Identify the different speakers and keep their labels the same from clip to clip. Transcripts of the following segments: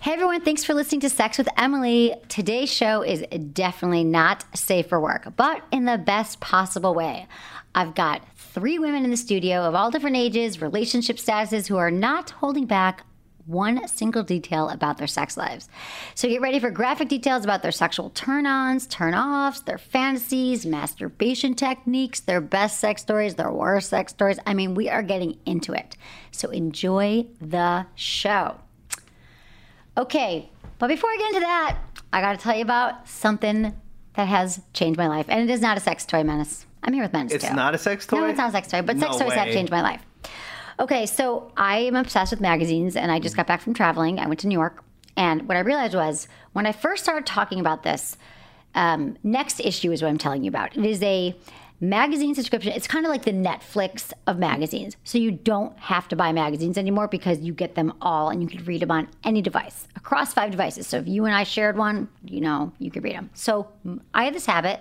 Speaker 1: Hey everyone, thanks for listening to Sex with Emily. Today's show is definitely not safe for work, but in the best possible way. I've got three women in the studio of all different ages, relationship statuses, who are not holding back one single detail about their sex lives. So get ready for graphic details about their sexual turn ons, turn offs, their fantasies, masturbation techniques, their best sex stories, their worst sex stories. I mean, we are getting into it. So enjoy the show. Okay, but before I get into that, I gotta tell you about something that has changed my life. And it is not a sex toy, Menace. I'm here with Menace
Speaker 2: It's
Speaker 1: too.
Speaker 2: not a sex toy.
Speaker 1: No, it's not a sex toy, but sex
Speaker 2: No
Speaker 1: toys have
Speaker 2: way.
Speaker 1: changed my life. Okay, so I am obsessed with magazines, and I just got back from traveling. I went to New York, and what I realized was when I first started talking about this, um, next issue is what I'm telling you about. It is a magazine subscription. It's kind of like the Netflix of magazines. So you don't have to buy magazines anymore because you get them all, and you can read them on any device across five devices. So if you and I shared one, you know you could read them. So mm, I had this habit.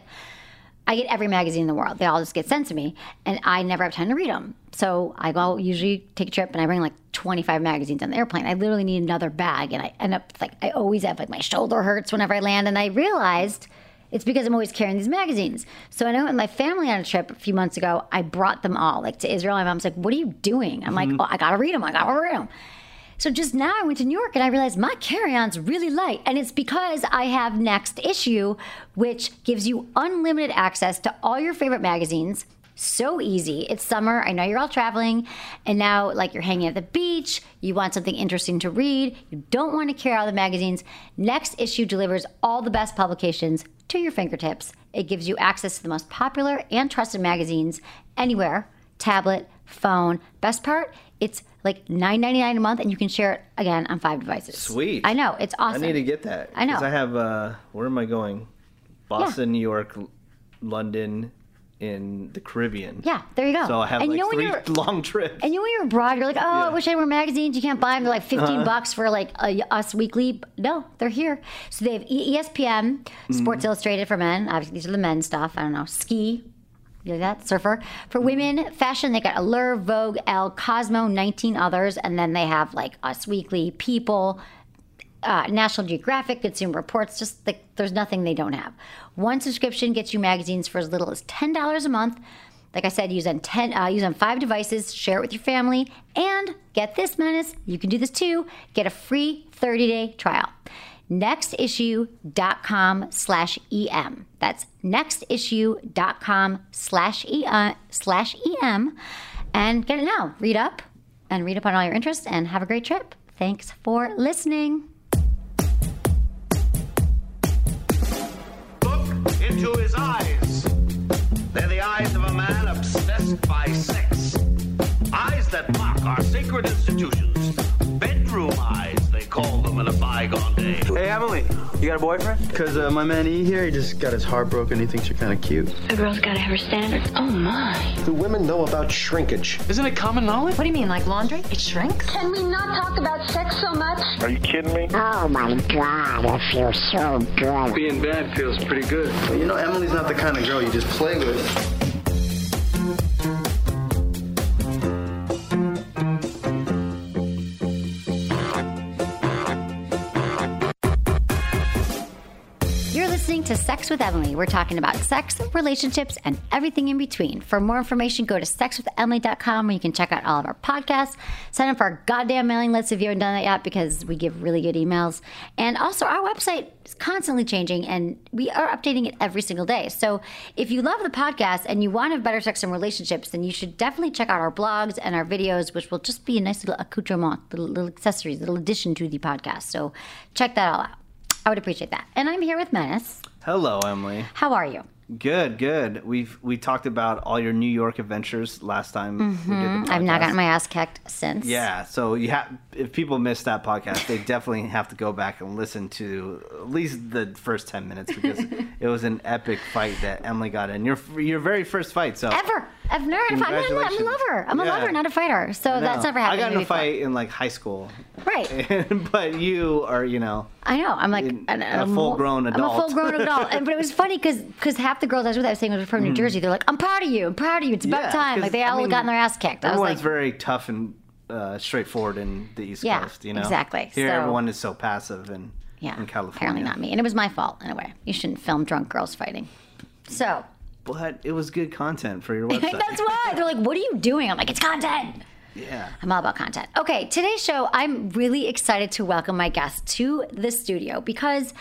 Speaker 1: I get every magazine in the world. They all just get sent to me, and I never have time to read them. So I go usually take a trip, and I bring like 25 magazines on the airplane. I literally need another bag, and I end up like I always have like my shoulder hurts whenever I land. And I realized it's because I'm always carrying these magazines. So when I went with my family on a trip a few months ago, I brought them all like to Israel. My mom's like, "What are you doing?" I'm like, "Oh, I gotta read them. I gotta read them." So just now I went to New York and I realized my carry-on's really light. And it's because I have Next Issue, which gives you unlimited access to all your favorite magazines. So easy. It's summer. I know you're all traveling. And now, like, you're hanging at the beach. You want something interesting to read. You don't want to carry all the magazines. Next Issue delivers all the best publications to your fingertips. It gives you access to the most popular and trusted magazines anywhere tablet, phone. Best part, it's like nine ninety nine a month, and you can share it again on five devices.
Speaker 2: Sweet.
Speaker 1: I know it's
Speaker 2: I
Speaker 1: awesome.
Speaker 2: need to get that.
Speaker 1: I know.
Speaker 2: 'cause I have. Uh, where am I going? Boston, New York, L- London, in the Caribbean.
Speaker 1: Yeah, there you go.
Speaker 2: So I have
Speaker 1: and
Speaker 2: like
Speaker 1: you know when
Speaker 2: three
Speaker 1: you're
Speaker 2: long trips.
Speaker 1: and you know when you're abroad, you're like, oh, I
Speaker 2: Yeah.
Speaker 1: wish I were magazines. You can't buy them. They're like 15 bucks for like a, Us Weekly. But No, they're here. So they have E- ESPN, Sports Illustrated for men. Obviously, these are the men stuff. I don't know. Ski. You like that? Surfer. For women, fashion, they got Allure, Vogue, Elle, Cosmo, 19 others. And then they have like Us Weekly, People, uh, National Geographic, Consumer Reports, just like there's nothing they don't have. One subscription gets you magazines for as little as ten dollars a month. Like I said, use on ten, uh, use on five devices. Share it with your family, and get this menace. You can do this too. Get a free 30-day trial. Nextissue.com slash em. That's nextissue.com slash em slash em, and get it now. Read up and read up on all your interests, and have a great trip. Thanks for listening.
Speaker 3: Look into his eyes. They're the eyes of a man obsessed by sex. Eyes that mock our sacred institutions. Bedroom eyes, they call them in a bygone day.
Speaker 4: Hey Emily, you got a boyfriend? Cause uh, my man E here, he just got his heart broken. He thinks you're kind of cute.
Speaker 5: A girl's gotta have her standards. Oh my.
Speaker 6: Do women know about shrinkage?
Speaker 4: Isn't it common knowledge?
Speaker 7: What do you mean, like laundry? It shrinks?
Speaker 8: Can we not talk about sex so much?
Speaker 9: Are you kidding me?
Speaker 10: Oh my god, it feels so good.
Speaker 4: Being bad feels pretty good. But you know, Emily's not the kind of girl you just play with.
Speaker 1: You're listening to Sex with Emily. We're talking about sex, relationships, and everything in between. For more information, go to sexwithemily.com where you can check out all of our podcasts. Sign up for our goddamn mailing list if you haven't done that yet because we give really good emails. And also, our website is constantly changing and we are updating it every single day. So if you love the podcast and you want to have better sex and relationships, then you should definitely check out our blogs and our videos, which will just be a nice little accoutrement, little, little accessories, little addition to the podcast. So check that all out. I would appreciate that. And I'm here with Menace.
Speaker 2: Hello, Emily.
Speaker 1: How are you?
Speaker 2: Good, good. We've we talked about all your New York adventures last time. We did the
Speaker 1: Mm-hmm. I've
Speaker 2: podcast.
Speaker 1: not gotten my ass kicked since.
Speaker 2: Yeah, so you have if people miss that podcast, they definitely have to go back and listen to at least the first ten minutes because it was an epic fight that Emily got in your your very first fight. So
Speaker 1: Ever. I've never had a fight. I'm, not- I'm a
Speaker 2: Congratulations.
Speaker 1: lover. I'm a
Speaker 2: Yeah.
Speaker 1: lover, not a fighter. So that's
Speaker 2: No,
Speaker 1: never happened.
Speaker 2: I got
Speaker 1: to
Speaker 2: in
Speaker 1: me
Speaker 2: a
Speaker 1: before.
Speaker 2: fight in like high school,
Speaker 1: Right.
Speaker 2: but you are you know
Speaker 1: I know. I'm like
Speaker 2: In-
Speaker 1: an-
Speaker 2: a
Speaker 1: I'm
Speaker 2: full-grown
Speaker 1: I'm a
Speaker 2: adult.
Speaker 1: full grown adult. And, but it was funny because half the girls I was with, I was saying was from New Jersey. They're like, I'm proud of you. I'm proud of you. It's about
Speaker 2: Hmm. Yeah,
Speaker 1: time. Like
Speaker 2: 'cause,
Speaker 1: they
Speaker 2: I
Speaker 1: all
Speaker 2: mean,
Speaker 1: gotten their ass kicked. I was
Speaker 2: everyone's
Speaker 1: like,
Speaker 2: very tough and uh, straightforward in the East
Speaker 1: Yeah,
Speaker 2: Coast. You know,
Speaker 1: exactly.
Speaker 2: Here,
Speaker 1: So-
Speaker 2: everyone is so passive and
Speaker 1: Yeah.
Speaker 2: in California.
Speaker 1: Apparently not me. And it was my fault in a way. You shouldn't film drunk girls fighting. So
Speaker 2: But it was good content for your website.
Speaker 1: that's why. They're like, what are you doing? I'm like, it's content.
Speaker 2: yeah.
Speaker 1: I'm all about content. Okay, today's show, I'm really excited to welcome my guest to the studio because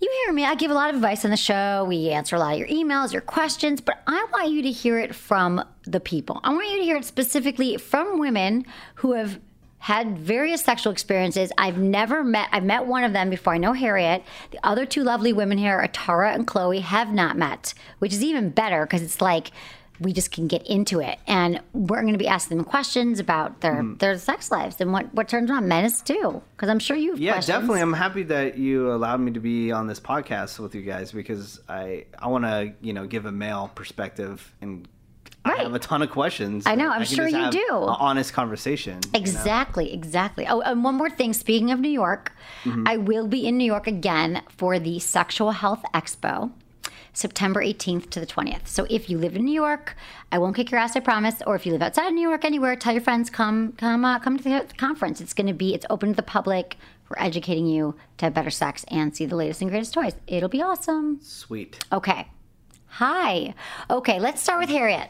Speaker 1: you hear me. I give a lot of advice on the show. We answer a lot of your emails, your questions, but I want you to hear it from the people. I want you to hear it specifically from women who have had various sexual experiences. I've never met, I've met one of them before. I know Harriet. The other two lovely women here, Atara and Chloe, have not met, which is even better because it's like, we just can get into it, and we're going to be asking them questions about their
Speaker 2: Mm.
Speaker 1: their sex lives and what what turns them on. Men is too, because I'm sure you have
Speaker 2: Yeah,
Speaker 1: questions.
Speaker 2: definitely. I'm happy that you allowed me to be on this podcast with you guys because I I want to you know give a male perspective and
Speaker 1: Right.
Speaker 2: I have a ton of questions.
Speaker 1: I know,
Speaker 2: that
Speaker 1: I'm
Speaker 2: can
Speaker 1: sure
Speaker 2: just
Speaker 1: you
Speaker 2: have
Speaker 1: do.
Speaker 2: An honest conversation. you know?
Speaker 1: Exactly, exactly. Oh, and one more thing. Speaking of New York,
Speaker 2: Mm-hmm.
Speaker 1: I will be in New York again for the Sexual Health Expo, September 18th to the 20th. So if you live in New York, I won't kick your ass, I promise. Or if you live outside of New York, anywhere, tell your friends come, come, uh, come to the conference. It's going to be it's open to the public. We're educating you to have better sex and see the latest and greatest toys. It'll be awesome.
Speaker 2: Sweet.
Speaker 1: Okay. Hi. Okay, let's start with Harriet.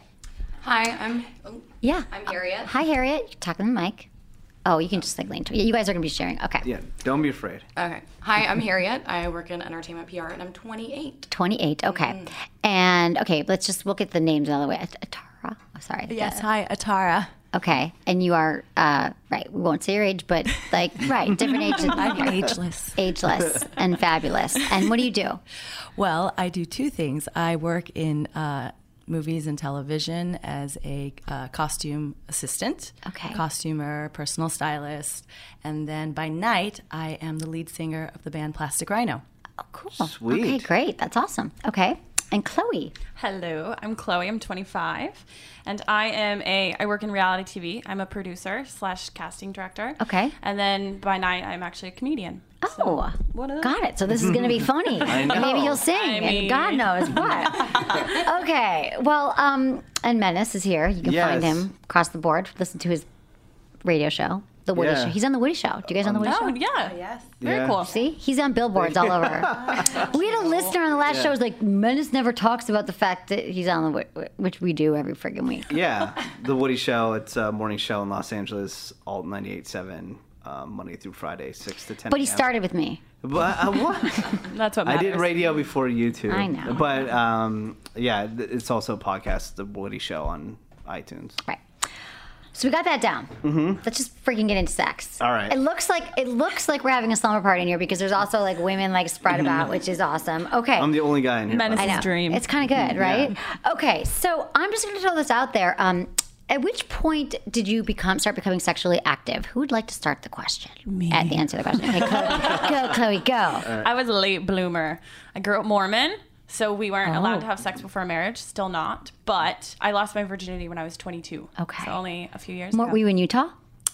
Speaker 9: Hi, I'm. oh,
Speaker 1: Yeah.
Speaker 9: I'm Harriet.
Speaker 1: Hi, Harriet. You're talking to the mic. Oh, you can just like lean to it. Yeah, you guys are going to be sharing. Okay.
Speaker 2: Yeah. Don't be afraid.
Speaker 1: Uh,
Speaker 9: Okay. Hi, I'm Harriet. I work in entertainment PR, and I'm 28.
Speaker 1: 28. Okay.
Speaker 9: Mm-hmm.
Speaker 1: And okay, let's just look at the names another way. At- Atara. Oh, sorry.
Speaker 11: Yes, hi, Atara.
Speaker 1: Okay. And you are, uh, right. We won't say your age, but like, right. Different ages.
Speaker 11: I'm ageless.
Speaker 1: Ageless and fabulous. And what do you do?
Speaker 11: Well, I do two things. I work in uh, movies and television as a uh, costume assistant,
Speaker 1: Okay.
Speaker 11: costumer, personal stylist, and then by night I am the lead singer of the band Plastic Rhino.
Speaker 1: Cool.
Speaker 2: Sweet.
Speaker 1: Okay, great. That's awesome. Okay. And Chloe.
Speaker 12: Hello, I'm Chloe. I'm 25, and I am a. I work in reality TV. I'm a producer slash casting director.
Speaker 1: Okay.
Speaker 12: And then by night, I'm actually a comedian.
Speaker 1: Oh,
Speaker 12: what a-
Speaker 1: Got it. So this is going to be funny.
Speaker 12: I know.
Speaker 1: Maybe you'll sing,
Speaker 12: I
Speaker 1: and
Speaker 12: mean-
Speaker 1: God knows what. okay. Well, um, and Menace is here. You can find
Speaker 2: Yes.
Speaker 1: him across the board. Listen to his radio show, The Woody
Speaker 2: Yeah.
Speaker 1: Show. He's on The Woody Show. Do you guys on The Woody
Speaker 12: Oh
Speaker 1: Show?
Speaker 12: yeah. yes. Very
Speaker 1: Yeah.
Speaker 12: cool.
Speaker 1: See, he's on billboards all over. we had a listener on the last
Speaker 2: Yeah.
Speaker 1: show was like, Menace never talks about the fact that he's on the Wo- which we do every friggin' week.
Speaker 2: Yeah. the Woody Show. It's a morning show in Los Angeles, Alt 98.7, um, Monday through Friday, 6 to 10.
Speaker 1: But he
Speaker 2: a.m.
Speaker 1: started with me.
Speaker 2: But uh, what?
Speaker 12: That's what
Speaker 2: I
Speaker 12: matters.
Speaker 2: did radio before you two.
Speaker 1: I know.
Speaker 2: But um, yeah, th- it's also a podcast, The Woody Show on iTunes.
Speaker 1: Right. So we got that down. Mm-hmm. Let's just freaking get into sex.
Speaker 2: All right.
Speaker 1: It looks like it looks like we're having a slumber party in here because there's also like women like spread about, which is awesome. Okay.
Speaker 2: Mm-hmm. I'm the only guy in here. by the
Speaker 1: I
Speaker 2: way.
Speaker 1: know. It's kind of good, right? Okay. So I'm just going to throw this out there. Um, at which point did you become start becoming sexually active? Who would like to start the question? Me. At the answer to the question. Okay, Chloe, go, Chloe, go.
Speaker 12: I was a late bloomer. I grew up Mormon, so we weren't allowed to have sex before marriage. Still not. But I lost my virginity when I was 22.
Speaker 1: Okay.
Speaker 12: So only a few years.
Speaker 1: Mor-
Speaker 12: ago.
Speaker 1: were you in Utah?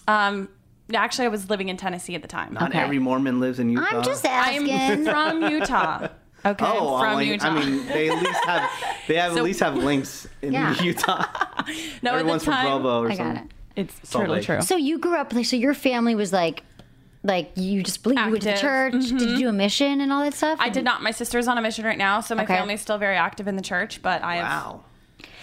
Speaker 12: Um, actually, I was living in Tennessee at the time.
Speaker 2: Not every Mormon lives in Utah.
Speaker 1: I'm just asking.
Speaker 12: I'm from Utah. Okay,
Speaker 2: Oh,
Speaker 12: from
Speaker 2: I'm like-
Speaker 12: Utah.
Speaker 2: I mean, they at least have they have
Speaker 12: So-
Speaker 2: at least have links in
Speaker 1: Yeah.
Speaker 2: Utah.
Speaker 12: No, at the
Speaker 2: Everyone's
Speaker 12: time-
Speaker 2: from Provo or
Speaker 1: I got
Speaker 2: something.
Speaker 1: it.
Speaker 12: It's
Speaker 2: Salt
Speaker 12: totally
Speaker 2: Lake.
Speaker 12: true.
Speaker 1: So you grew up like so your family was like like you just believe you went to the church.
Speaker 12: Active. Mm-hmm.
Speaker 1: Did you do a mission and all that stuff?
Speaker 12: I did not. My sister's on a mission right now, so my
Speaker 1: Okay.
Speaker 12: family's still very active in the church, but I have
Speaker 2: Wow.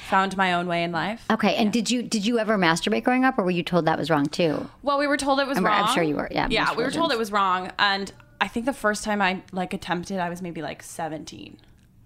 Speaker 12: found my own way in life.
Speaker 1: Okay, and did you did you ever masturbate growing up, or were you told that was wrong too?
Speaker 12: Well, we were told it was
Speaker 1: I'm- I'm
Speaker 12: wrong.
Speaker 1: sure you were, yeah,
Speaker 12: Yeah,
Speaker 1: most
Speaker 12: we were told
Speaker 1: religions.
Speaker 12: it was wrong, and I think the first time I like attempted, I was maybe like 17.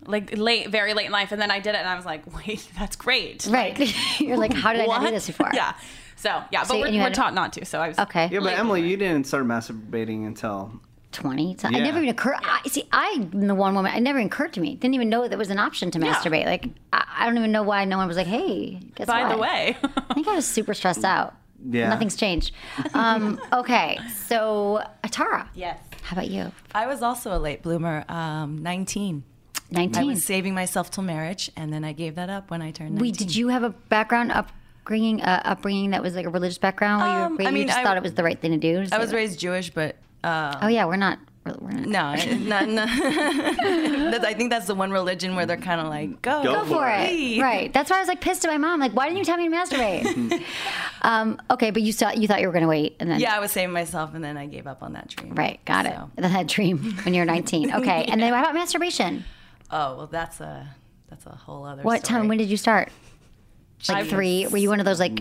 Speaker 12: Like late, very late in life, and then I did it, and I was like, "Wait, that's great!"
Speaker 1: Right? You're like, how did I not do
Speaker 12: What?
Speaker 1: this before?
Speaker 12: yeah. So yeah, but
Speaker 1: So-
Speaker 12: we're,
Speaker 1: and you
Speaker 12: we're
Speaker 1: had-
Speaker 12: taught not to. So I was
Speaker 1: Okay.
Speaker 2: Yeah, but Emily, you didn't start masturbating until
Speaker 1: Twenty. So I
Speaker 2: Yeah.
Speaker 1: never even occurred. I, see, I am the one woman. It never occurred to me. Didn't even know that was an option to
Speaker 12: Yeah.
Speaker 1: masturbate. Like I, I don't even know why no one was like, hey, guess
Speaker 12: By
Speaker 1: what?
Speaker 12: the way,
Speaker 1: I think I was super stressed
Speaker 11: Mm.
Speaker 1: out.
Speaker 2: Yeah.
Speaker 1: Nothing's changed. Um, okay, so Atara,
Speaker 11: Yes.
Speaker 1: how about you?
Speaker 11: I was also a late bloomer, um, 19. I
Speaker 1: 19.
Speaker 11: was saving myself till marriage, and then I gave that up when I turned 19.
Speaker 1: We did you have a background upbringing uh, upbringing that was like a religious background? Where you,
Speaker 11: Um,
Speaker 1: where
Speaker 11: I
Speaker 1: you
Speaker 11: mean,
Speaker 1: just
Speaker 11: I-
Speaker 1: thought it was the right thing to do?
Speaker 11: I was raised Jewish, but
Speaker 1: Oh yeah, we're not We're, we're not
Speaker 11: No, no, no. that's, I think that's the one religion where they're kind of like, go,
Speaker 1: go, for it. Right. That's why I was like pissed at my mom. Like, why didn't you tell me to masturbate? um, okay, but you saw you thought you were going to wait, and then
Speaker 11: Yeah, I was saving myself, and then I gave up on that dream.
Speaker 1: right, got it. That dream when you're 19. Okay, and then what about masturbation?
Speaker 11: Oh well, that's a that's a whole other.
Speaker 1: What
Speaker 11: story.
Speaker 1: time? When did you start? Like
Speaker 11: Jeez.
Speaker 1: three? Were you one of those like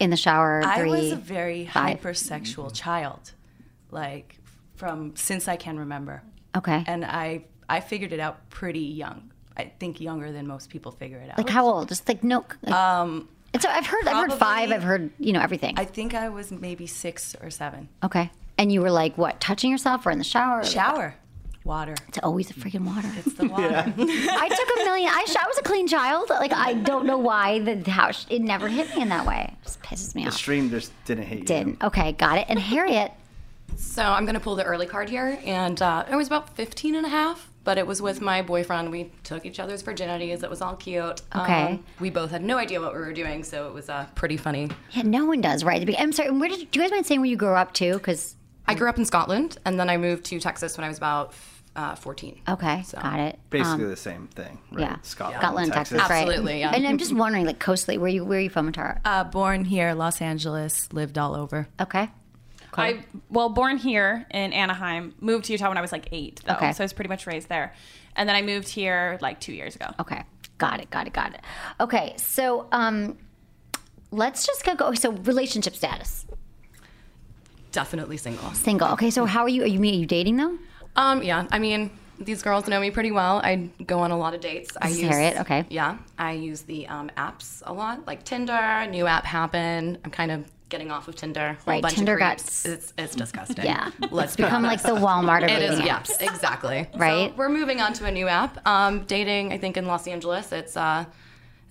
Speaker 1: in the shower?
Speaker 11: I
Speaker 1: three,
Speaker 11: was a very
Speaker 1: five?
Speaker 11: hypersexual child, like from since I can remember.
Speaker 1: Okay.
Speaker 11: And I I figured it out pretty young. I think younger than most people figure it out.
Speaker 1: Like how old? Just like no.
Speaker 11: um.
Speaker 1: And so I've heard I've heard five.
Speaker 11: probably-
Speaker 1: I've heard you know everything.
Speaker 11: I think I was maybe six or seven.
Speaker 1: okay. And you were like what? Touching yourself or in the shower?
Speaker 11: Shower. Water.
Speaker 1: It's always the freaking water. It's
Speaker 11: the water.
Speaker 1: I took a million. I, sh- I was a clean child. Like I don't know why the how sh- it never hit me in that way. It just pisses me
Speaker 2: The
Speaker 1: off.
Speaker 2: stream just didn't hit you.
Speaker 1: Didn't. Okay, got it. And Harriet,
Speaker 9: So I'm going to pull the early card here. And uh, I was about 15 and a half, but it was with my boyfriend. We took each other's virginities. It was all cute. Um,
Speaker 1: Okay.
Speaker 9: we both had no idea what we were doing, so it was uh, pretty funny.
Speaker 1: yeah, no one does right. Be- I'm sorry. and Where did do you guys mind saying where you grew up to? Because
Speaker 9: I grew up in Scotland, and then I moved to Texas when I was about uh, 14.
Speaker 1: okay, got it.
Speaker 2: Basically
Speaker 1: Um,
Speaker 2: the same thing. Right?
Speaker 1: Yeah,
Speaker 2: Scotland,
Speaker 1: Scotland, Texas,
Speaker 2: Texas.
Speaker 1: right?
Speaker 9: Absolutely, yeah.
Speaker 1: And I'm just wondering, like coastally, where you where are you from, Tara?
Speaker 11: Uh, born here, Los Angeles, lived all over.
Speaker 1: Okay.
Speaker 12: I well, born here in Anaheim, moved to Utah when I was like eight, though,
Speaker 1: Okay.
Speaker 12: so I was pretty much raised there, and then I moved here like two years ago.
Speaker 1: Okay. Got it. Got it. Got it. Okay. So um, let's just go. go so relationship status.
Speaker 9: Definitely single.
Speaker 1: Single. Okay. So how are you? Are you, are you dating though?
Speaker 9: Um, yeah, I mean, these girls know me pretty well. I go on a lot of dates. I
Speaker 1: This is Harriet, okay.
Speaker 9: Yeah, I use the um, apps a lot, like Tinder, new app Happen. I'm kind of getting off of Tinder. Whole
Speaker 1: Right,
Speaker 9: bunch of
Speaker 1: Tinder got
Speaker 9: creeps. It's, it's disgusting.
Speaker 1: Yeah.
Speaker 9: Let's
Speaker 1: It's
Speaker 9: be
Speaker 1: become like
Speaker 9: honest.
Speaker 1: the Walmart of
Speaker 9: It is,
Speaker 1: dating
Speaker 9: yes, exactly.
Speaker 1: Right?
Speaker 9: So we're moving on to a new app. Um, dating, I think, in Los Angeles, it's uh,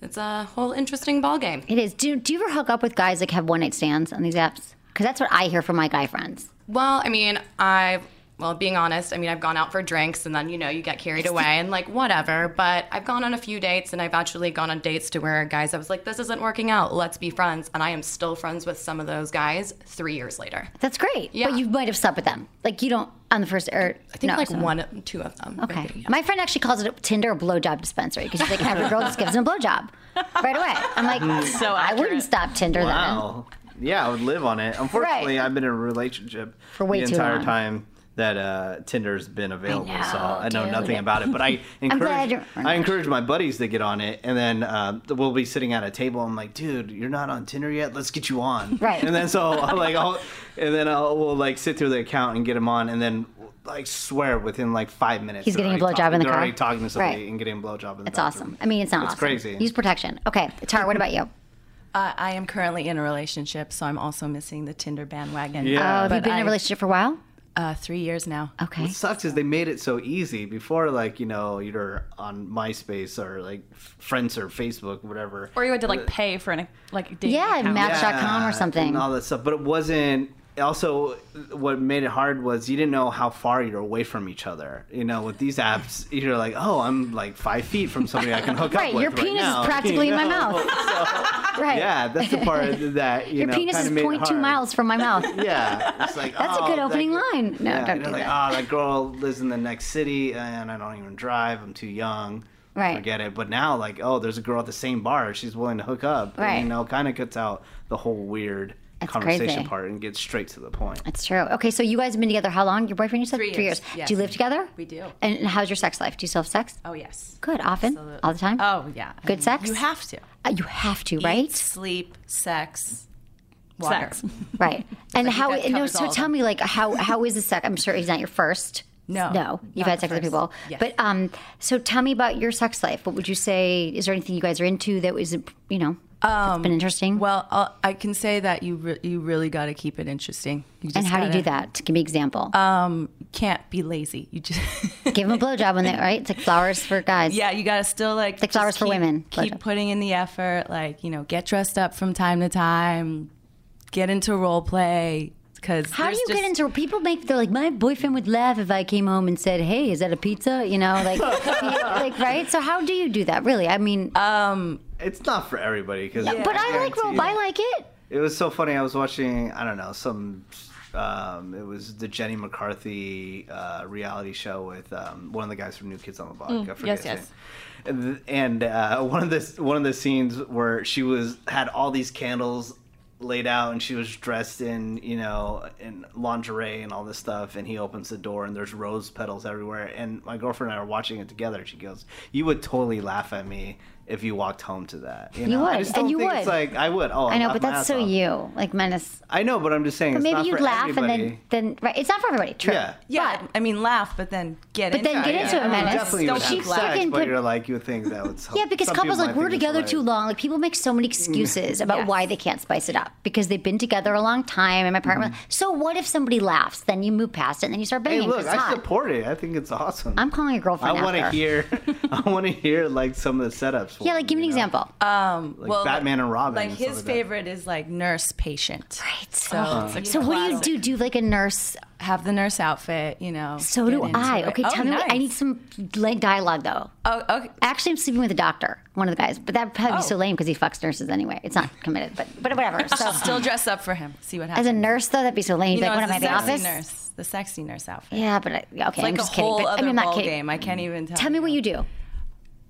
Speaker 9: it's a whole interesting ball game.
Speaker 1: It is. Do, do you ever hook up with guys like have one night stands on these apps? Because that's what I hear from my guy friends.
Speaker 9: Well, I mean, I've well, being honest, I mean, I've gone out for drinks and then you know you get carried away and like whatever. But I've gone on a few dates and I've actually gone on dates to where guys I was like, this isn't working out. Let's be friends, and I am still friends with some of those guys three years later.
Speaker 1: That's great. Yeah. But you might have slept with them. Like you don't on the first or
Speaker 9: I think
Speaker 1: no,
Speaker 9: like
Speaker 1: so-
Speaker 9: one, two of them.
Speaker 1: Okay. My friend actually calls it a Tinder blowjob dispensary because she's like every girl just gives him a blowjob right away. I'm like, so I wouldn't stop Tinder then.
Speaker 2: Wow. Yeah, I would live on it. Unfortunately, I've been in a relationship
Speaker 1: For way
Speaker 2: the
Speaker 1: too
Speaker 2: entire
Speaker 1: long.
Speaker 2: time that uh, Tinder's been available, so I know
Speaker 1: dude.
Speaker 2: nothing about it. But I
Speaker 1: glad
Speaker 2: encourage
Speaker 1: you're-
Speaker 2: I encourage my buddies to get on it, and then uh, we'll be sitting at a table. I'm like, dude, you're not on Tinder yet. Let's get you on.
Speaker 1: Right.
Speaker 2: And then so I'll, like I'll and then I'll we'll like sit through the account and get him on, and then like swear within like five minutes
Speaker 1: He's
Speaker 2: they're
Speaker 1: getting a
Speaker 2: already
Speaker 1: blowjob
Speaker 2: talking-
Speaker 1: in the
Speaker 2: they're
Speaker 1: car.
Speaker 2: already talking to somebody
Speaker 1: Right.
Speaker 2: and getting a blowjob in the
Speaker 1: It's
Speaker 2: bathroom.
Speaker 1: awesome. I mean, it's not
Speaker 2: It's
Speaker 1: awesome.
Speaker 2: crazy.
Speaker 1: Use protection. Okay, Tara, what about you?
Speaker 11: Uh, I am currently in a relationship, so I'm also missing the Tinder bandwagon.
Speaker 1: Oh,
Speaker 2: Yeah.
Speaker 1: have you
Speaker 11: But
Speaker 1: been in
Speaker 11: I-
Speaker 1: a relationship for a while?
Speaker 11: Uh, three years now.
Speaker 1: Okay.
Speaker 2: What sucks is they made it so easy before, like you know, you're on MySpace or like Friends or Facebook, whatever.
Speaker 12: Or you had to like pay for an like dating
Speaker 1: Yeah,
Speaker 12: account.
Speaker 1: Match.com or
Speaker 2: Yeah,
Speaker 1: something.
Speaker 2: and all that stuff. But it wasn't. Also, what made it hard was you didn't know how far you're away from each other. You know, with these apps, you're like, oh, I'm like five feet from somebody I can hook
Speaker 1: Right,
Speaker 2: up with.
Speaker 1: your penis
Speaker 2: now.
Speaker 1: is practically
Speaker 2: You
Speaker 1: in my
Speaker 2: know?
Speaker 1: mouth. right.
Speaker 2: Yeah, that's the part that you
Speaker 1: Your
Speaker 2: know,
Speaker 1: penis
Speaker 2: kinda
Speaker 1: is
Speaker 2: made
Speaker 1: 0.2
Speaker 2: it hard.
Speaker 1: miles from my mouth.
Speaker 2: Yeah, it's like
Speaker 1: That's
Speaker 2: oh,
Speaker 1: a good
Speaker 2: that
Speaker 1: opening
Speaker 2: girl-
Speaker 1: line. No,
Speaker 2: Yeah,
Speaker 1: don't
Speaker 2: you're
Speaker 1: do
Speaker 2: like,
Speaker 1: that.
Speaker 2: oh, that girl lives in the next city, and I don't even drive. I'm too young.
Speaker 1: Right.
Speaker 2: Forget it. But now, like, oh, there's a girl at the same bar. She's willing to hook up.
Speaker 1: Right.
Speaker 2: And, you know, kind of cuts out the whole weird
Speaker 1: That's
Speaker 2: conversation
Speaker 1: crazy.
Speaker 2: part and gets straight to the point.
Speaker 1: That's true. Okay, so you guys have been together how long? Your boyfriend, you said?
Speaker 11: Three years, yes.
Speaker 1: Do you live together?
Speaker 11: We do.
Speaker 1: And and how's your sex life? Do you still have sex?
Speaker 11: Oh yes.
Speaker 1: Good, often?
Speaker 11: Absolutely.
Speaker 1: All the time?
Speaker 11: Oh yeah. I
Speaker 1: Good
Speaker 11: mean,
Speaker 1: sex?
Speaker 11: You have to.
Speaker 1: Uh, you have to, right?
Speaker 11: Eat, sleep, sex, water.
Speaker 12: Sex.
Speaker 1: Right. And how?
Speaker 11: that
Speaker 1: No.
Speaker 11: covers
Speaker 1: So
Speaker 11: all of
Speaker 1: tell
Speaker 11: them.
Speaker 1: me, like, how how is the sex? I'm sure he's not your first.
Speaker 11: No,
Speaker 1: No. You've
Speaker 11: not
Speaker 1: had
Speaker 11: the
Speaker 1: sex with
Speaker 11: first.
Speaker 1: people.
Speaker 11: Yes.
Speaker 1: But um, so tell me about your sex life. What would you say? Is there anything you guys are into that was, you know, that's been interesting?
Speaker 11: Um, Well, i I can say that you re- you really got to keep it interesting. You just Um,
Speaker 1: and how do you do
Speaker 11: gotta-
Speaker 1: that? Give me an example.
Speaker 11: Can't be lazy. You just
Speaker 1: Give him a blowjob when they right. It's like flowers for guys.
Speaker 11: yeah. You got to still like
Speaker 1: Like
Speaker 11: just
Speaker 1: flowers for
Speaker 11: keep-
Speaker 1: women.
Speaker 11: Keep
Speaker 1: Blowjob.
Speaker 11: putting in the effort. Like you know, get dressed up from time to time. Get into role play because
Speaker 1: How do you get into people make they're like my boyfriend would laugh if I came home and said, "Hey, is that a pizza?" You know, like, like right. So how do you do that? Really, I mean,
Speaker 11: Uh,
Speaker 2: It's not for everybody because.
Speaker 1: but I like rope. I like it.
Speaker 2: It was so funny. I was watching, I don't know, some Um, it was the Jenny McCarthy uh, reality show with um, one of the guys from New Kids on the Block.
Speaker 12: Mm,
Speaker 2: I forget
Speaker 12: yes,
Speaker 2: his name.
Speaker 12: yes.
Speaker 2: And, th- and uh, one of the one of the scenes where she was had all these candles laid out and she was dressed in you know in lingerie and all this stuff and he opens the door and there's rose petals everywhere and my girlfriend and I are watching it together she goes you would totally laugh at me if you walked home to that
Speaker 1: You
Speaker 2: you, know?
Speaker 1: would,
Speaker 2: I just don't
Speaker 1: and you
Speaker 2: think it's
Speaker 1: would.
Speaker 2: like I would oh
Speaker 1: I know,
Speaker 2: I'd
Speaker 1: but
Speaker 2: laugh my
Speaker 1: that's
Speaker 2: ass
Speaker 1: so
Speaker 2: off.
Speaker 1: you, like menace.
Speaker 2: I know but I'm just saying
Speaker 1: But
Speaker 2: it's
Speaker 1: maybe
Speaker 2: not
Speaker 1: you'd
Speaker 2: for
Speaker 1: laugh
Speaker 2: everybody.
Speaker 1: and then, then right. It's not for everybody. True.
Speaker 2: Yeah.
Speaker 11: Yeah, I mean, laugh, but then get
Speaker 1: But
Speaker 11: into
Speaker 1: then
Speaker 11: it.
Speaker 1: get into it,
Speaker 11: I mean,
Speaker 1: Menace.
Speaker 11: just
Speaker 2: Definitely
Speaker 11: don't
Speaker 2: would
Speaker 11: keep
Speaker 2: have
Speaker 11: laughing.
Speaker 2: sex,
Speaker 1: fucking
Speaker 2: but
Speaker 1: put-
Speaker 2: you're like you would think that would help.
Speaker 1: Yeah, because
Speaker 2: Some
Speaker 1: couples
Speaker 2: people
Speaker 1: like
Speaker 2: might
Speaker 1: we're
Speaker 2: think it's Mm.
Speaker 1: together
Speaker 2: right.
Speaker 1: too long. Like people make so many excuses about why they can't spice it up because they've been together a long time and my partner. So what if somebody laughs? Then you move past it and then you start
Speaker 2: Mm-hmm. Hey,
Speaker 1: banging. 'cause it's
Speaker 2: look, I
Speaker 1: hot.
Speaker 2: support it. I think it's awesome.
Speaker 1: I'm calling your girlfriend.
Speaker 2: I want to
Speaker 1: after.
Speaker 2: hear. I want to hear like some of the setups. For
Speaker 1: Yeah, like give me an example.
Speaker 11: Um,
Speaker 2: Like Batman and Robin
Speaker 11: Like
Speaker 2: and stuff
Speaker 11: his
Speaker 2: like that.
Speaker 11: favorite is like nurse patient.
Speaker 1: Right.
Speaker 11: So,
Speaker 1: Oh,
Speaker 11: it's like
Speaker 1: so
Speaker 11: a
Speaker 1: what do you
Speaker 11: classic.
Speaker 1: do? Do you have, like a nurse?
Speaker 11: Have the nurse outfit, you know.
Speaker 1: So
Speaker 11: get
Speaker 1: do
Speaker 11: into
Speaker 1: I.
Speaker 11: it.
Speaker 1: Okay,
Speaker 11: Oh,
Speaker 1: tell me. what- I
Speaker 11: nice.
Speaker 1: need some like dialogue though.
Speaker 11: Oh, okay.
Speaker 1: Actually, I'm sleeping with a doctor, one of the guys, but that'd probably be so lame because he fucks nurses anyway. It's not committed, but but whatever. So
Speaker 11: Oh. Still dress up for him. See what happens.
Speaker 1: as a nurse though, that'd be so
Speaker 11: you
Speaker 1: lame. You'd be
Speaker 11: know,
Speaker 1: like, what am
Speaker 11: it's
Speaker 1: I the
Speaker 11: the
Speaker 1: office?
Speaker 11: sexy nurse. The sexy nurse outfit.
Speaker 1: Yeah, but I, yeah, okay,
Speaker 11: It's like
Speaker 1: I'm
Speaker 11: a
Speaker 1: just kidding.
Speaker 11: whole
Speaker 1: but, I
Speaker 11: other
Speaker 1: mean, I'm not
Speaker 11: ball
Speaker 1: kidding. Mm-hmm.
Speaker 11: game. I can't even tell.
Speaker 1: Tell me what you do.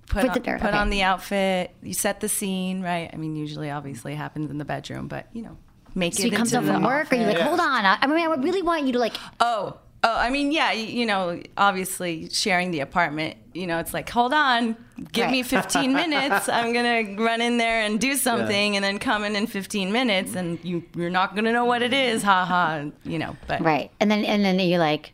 Speaker 11: put
Speaker 1: Put
Speaker 11: on,
Speaker 1: the dirt,
Speaker 11: put
Speaker 1: okay.
Speaker 11: on the outfit. You set the scene, right? I mean, usually, obviously, happens in the bedroom, but you know, make
Speaker 1: So
Speaker 11: it.
Speaker 1: he comes
Speaker 11: into
Speaker 1: home from
Speaker 11: the
Speaker 1: work, or you're like,
Speaker 11: outfit.
Speaker 1: hold on. I I mean, I really want you to like.
Speaker 11: Oh, oh, I mean, yeah, you, you know, obviously, sharing the apartment, you know, it's like, hold on, give me
Speaker 1: Right.
Speaker 11: 15 minutes. I'm gonna run in there and do something, and then come in in 15 minutes, and you you're not gonna know what it is, haha, you know, but
Speaker 1: Right, and then and then you're like,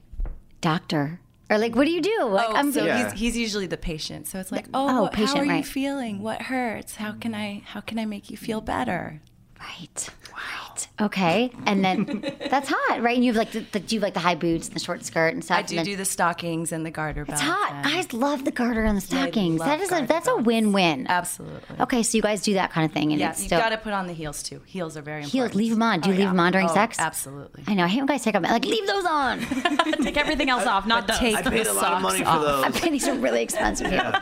Speaker 1: doctor, or like, what do you do? Like,
Speaker 11: Oh, so he's, he's usually the patient. So it's like, oh,
Speaker 1: oh,
Speaker 11: what-
Speaker 1: patient,
Speaker 11: how are you
Speaker 1: right.
Speaker 11: feeling? What hurts? How can I how can I make you feel better?
Speaker 1: Right. Right. Okay. And then that's hot, right? And you have like the, the do you have, like the high boots and the short skirt and stuff?
Speaker 11: I do
Speaker 1: and then-
Speaker 11: do the stockings and the garter belt.
Speaker 1: It's hot.
Speaker 11: and-
Speaker 1: Guys love the garter and the
Speaker 11: Yeah, I
Speaker 1: stockings.
Speaker 11: love
Speaker 1: That is a
Speaker 11: garter
Speaker 1: that's a
Speaker 11: belts.
Speaker 1: win-win.
Speaker 11: Absolutely.
Speaker 1: Okay, so you guys do that kind of thing, and
Speaker 11: Yeah,
Speaker 1: it's
Speaker 11: you
Speaker 1: still
Speaker 11: got to put on the heels too. Heels are very important.
Speaker 1: heels. Leave them on. Do you
Speaker 11: Oh,
Speaker 1: leave
Speaker 11: yeah.
Speaker 1: them on during
Speaker 11: Oh,
Speaker 1: sex?
Speaker 11: Absolutely.
Speaker 1: I know. I hate when guys take them. Like leave those on.
Speaker 12: Take everything else off, not those.
Speaker 11: Take
Speaker 2: I paid
Speaker 11: the
Speaker 2: a lot of
Speaker 11: socks
Speaker 2: money
Speaker 11: off.
Speaker 2: for those.
Speaker 1: I pay these are really expensive heels.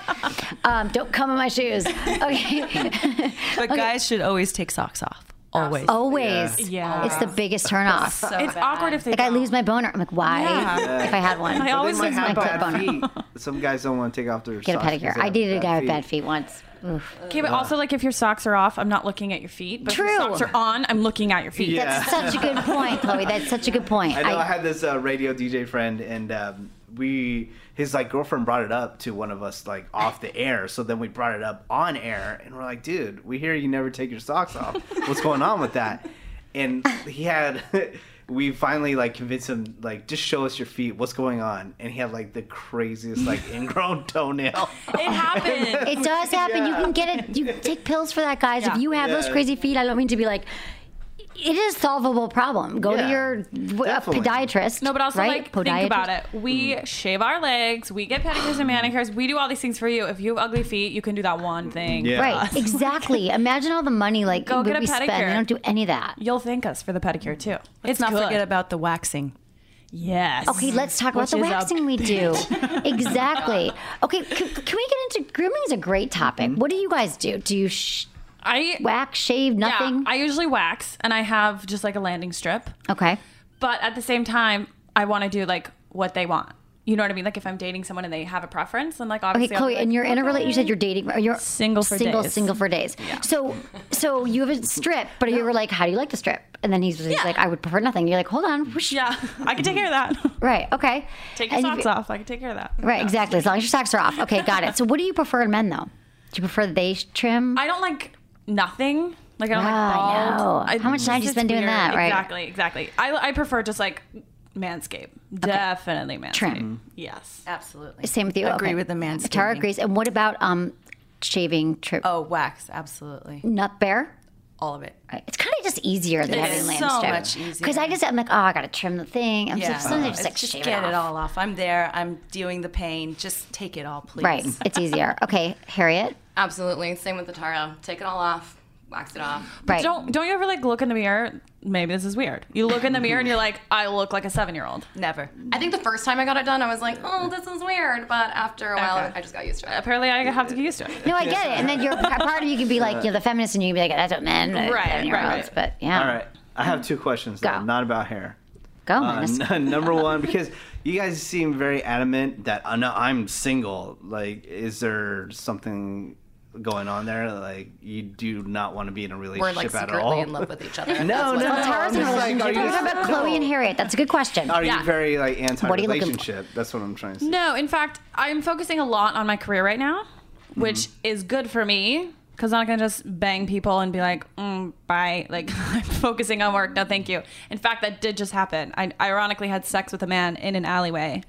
Speaker 1: Um, don't come in my shoes. Okay.
Speaker 11: But guys should always take socks off. Always.
Speaker 1: Always.
Speaker 12: Yeah.
Speaker 1: It's the biggest turnoff.
Speaker 11: So
Speaker 12: it's
Speaker 11: bad.
Speaker 12: awkward if they
Speaker 1: like I lose my boner. I'm like, why?
Speaker 12: Yeah.
Speaker 1: If I had one.
Speaker 12: I always
Speaker 2: They might
Speaker 12: lose my
Speaker 2: have
Speaker 1: my clit
Speaker 2: bad
Speaker 1: boner.
Speaker 2: feet. Some guys don't want to take off their
Speaker 1: Get a
Speaker 2: socks 'cause
Speaker 1: pedicure.
Speaker 2: they
Speaker 1: I
Speaker 2: have
Speaker 1: dated a guy with bad feet once. Oof.
Speaker 12: Okay, but also like if your socks are off, I'm not looking at your feet. But
Speaker 1: True.
Speaker 12: if your socks are on, I'm looking at your feet.
Speaker 2: Yeah.
Speaker 1: That's such a good point, Chloe. That's such a good point.
Speaker 2: I know I, had this uh, radio DJ friend, and um, we his like girlfriend brought it up to one of us like off the air. So then we brought it up on air, and we're like, "Dude, we hear you never take your socks off. What's going on with that?" And he had. We finally like convinced him like just show us your feet. What's going on? And he had like the craziest like ingrown toenail.
Speaker 12: It happened.
Speaker 1: It does happen. You
Speaker 2: Yeah.
Speaker 1: can get it. You take pills for that, guys. If
Speaker 12: Yeah.
Speaker 1: you have those
Speaker 2: Yeah.
Speaker 1: crazy feet, I don't mean to be like. It is a solvable problem. Go to
Speaker 2: Yeah.
Speaker 1: your w- uh,
Speaker 2: Definitely.
Speaker 1: podiatrist.
Speaker 12: No, but also
Speaker 1: right?
Speaker 12: like think about it. We shave our legs, we get pedicures and manicures, we do all these things for you. If you have ugly feet, you can do that one thing.
Speaker 2: Yeah.
Speaker 1: Right, exactly. Imagine all the money like
Speaker 12: Go
Speaker 1: we-
Speaker 12: get a
Speaker 1: we spend. We
Speaker 12: pedicure.
Speaker 1: don't do any of that.
Speaker 12: You'll thank us for the pedicure too.
Speaker 11: Let's not
Speaker 12: good.
Speaker 11: forget about the waxing.
Speaker 12: Yes.
Speaker 1: Okay, let's talk about
Speaker 12: Which
Speaker 1: the
Speaker 12: is a
Speaker 1: waxing we do. exactly. Okay, c- can we get into grooming? Is a great topic.
Speaker 12: Mm-hmm.
Speaker 1: What do you guys do? Do you sh-
Speaker 12: I
Speaker 1: wax, shave, nothing?
Speaker 12: Yeah, I usually wax and I have just like a landing strip.
Speaker 1: okay.
Speaker 12: But at the same time, I want to do like what they want. You know what I mean? Like if I'm dating someone and they have a preference, I'm like
Speaker 1: Okay,
Speaker 12: obviously. I'll be
Speaker 1: Chloe,
Speaker 12: like,
Speaker 1: and you're in a relationship. You said you're dating. or You're
Speaker 12: Single for
Speaker 1: single,
Speaker 12: days.
Speaker 1: single for days. So, so you have a strip, but you were like, "How do you like the strip?" And then he's, he's
Speaker 12: Yeah.
Speaker 1: like, "I would prefer nothing." You're like, "Hold on, whoosh."
Speaker 12: Yeah, I can take care of that.
Speaker 1: right, okay."
Speaker 12: Take your
Speaker 1: And you-
Speaker 12: socks off. I can take care of that.
Speaker 1: Right, exactly. As long as your socks are off. Okay, got it. So, what do you prefer in men though? Do you prefer they sh- trim?
Speaker 12: I don't like nothing. Like I don't
Speaker 1: Ah, I
Speaker 12: like
Speaker 1: know.
Speaker 12: bald. I-
Speaker 1: How much time
Speaker 12: it's
Speaker 1: you
Speaker 12: just
Speaker 1: spend doing that, right?
Speaker 12: Exactly, exactly. I, I prefer just like manscape. Definitely manscape. Yes.
Speaker 11: Absolutely.
Speaker 1: Same with you.
Speaker 11: Agree
Speaker 1: okay.
Speaker 11: with the man.
Speaker 1: Tara agrees. And what about um, shaving? Tri-
Speaker 11: Oh, wax. Absolutely.
Speaker 1: nut bear.
Speaker 11: All of it.
Speaker 1: Right. It's kind of just easier than
Speaker 11: It
Speaker 1: having
Speaker 11: is
Speaker 1: lamb
Speaker 11: so
Speaker 1: strip.
Speaker 11: much easier.
Speaker 1: Because I just I'm like, oh, I gotta trim the thing. I'm just, sometimes I just
Speaker 11: It's
Speaker 1: like
Speaker 11: just
Speaker 1: shave
Speaker 11: get
Speaker 1: it,
Speaker 11: it
Speaker 1: off.
Speaker 11: all off. I'm there. I'm doing the pain. Just take it all, please.
Speaker 1: Right, it's easier. Okay, Harriet.
Speaker 9: Absolutely. Same with the taro. Take it all off. Wax it off.
Speaker 1: Right.
Speaker 12: Don't don't you ever like look in the mirror? Maybe this is weird. You look in the mirror and you're like, I look like a seven year old.
Speaker 11: Never.
Speaker 9: I think the first time I got it done, I was like, oh, this is weird. But after a while, I just got used to it.
Speaker 12: Apparently, I have to get used to it.
Speaker 1: No, I get it. And then you're part of you can be like, you're the feminist, and you can be like, that's what men,
Speaker 12: Right,
Speaker 1: right,
Speaker 12: right,
Speaker 1: right,
Speaker 12: right.
Speaker 1: But yeah,
Speaker 2: All right, I have two questions.
Speaker 1: Go.
Speaker 2: Though, not about hair.
Speaker 1: Go, Linus.
Speaker 2: Uh, n- number one, because you guys seem very adamant that uh, no, I'm single. Like, is there something going on there? Like, you do not want to be in a relationship
Speaker 9: like,
Speaker 2: at
Speaker 9: secretly
Speaker 2: all.
Speaker 9: in love with each other.
Speaker 2: No, no, no.
Speaker 1: Well, Tara's
Speaker 2: I'm
Speaker 1: in a
Speaker 2: just like,
Speaker 1: relationship.
Speaker 2: are
Speaker 1: We're
Speaker 2: you-
Speaker 1: talking about Chloe and Harriet. That's a good question.
Speaker 2: Are
Speaker 12: Yeah.
Speaker 2: you very like
Speaker 1: you looking for?
Speaker 2: anti-relationship? That's what I'm trying to say.
Speaker 12: No, in fact, I'm focusing a lot on my career right now, which
Speaker 2: Mm-hmm.
Speaker 12: is good for me because I'm not gonna just bang people and be like, mm, bye. Like I'm focusing on work. No, thank you. In fact, that did just happen. I ironically had sex with a man in an alleyway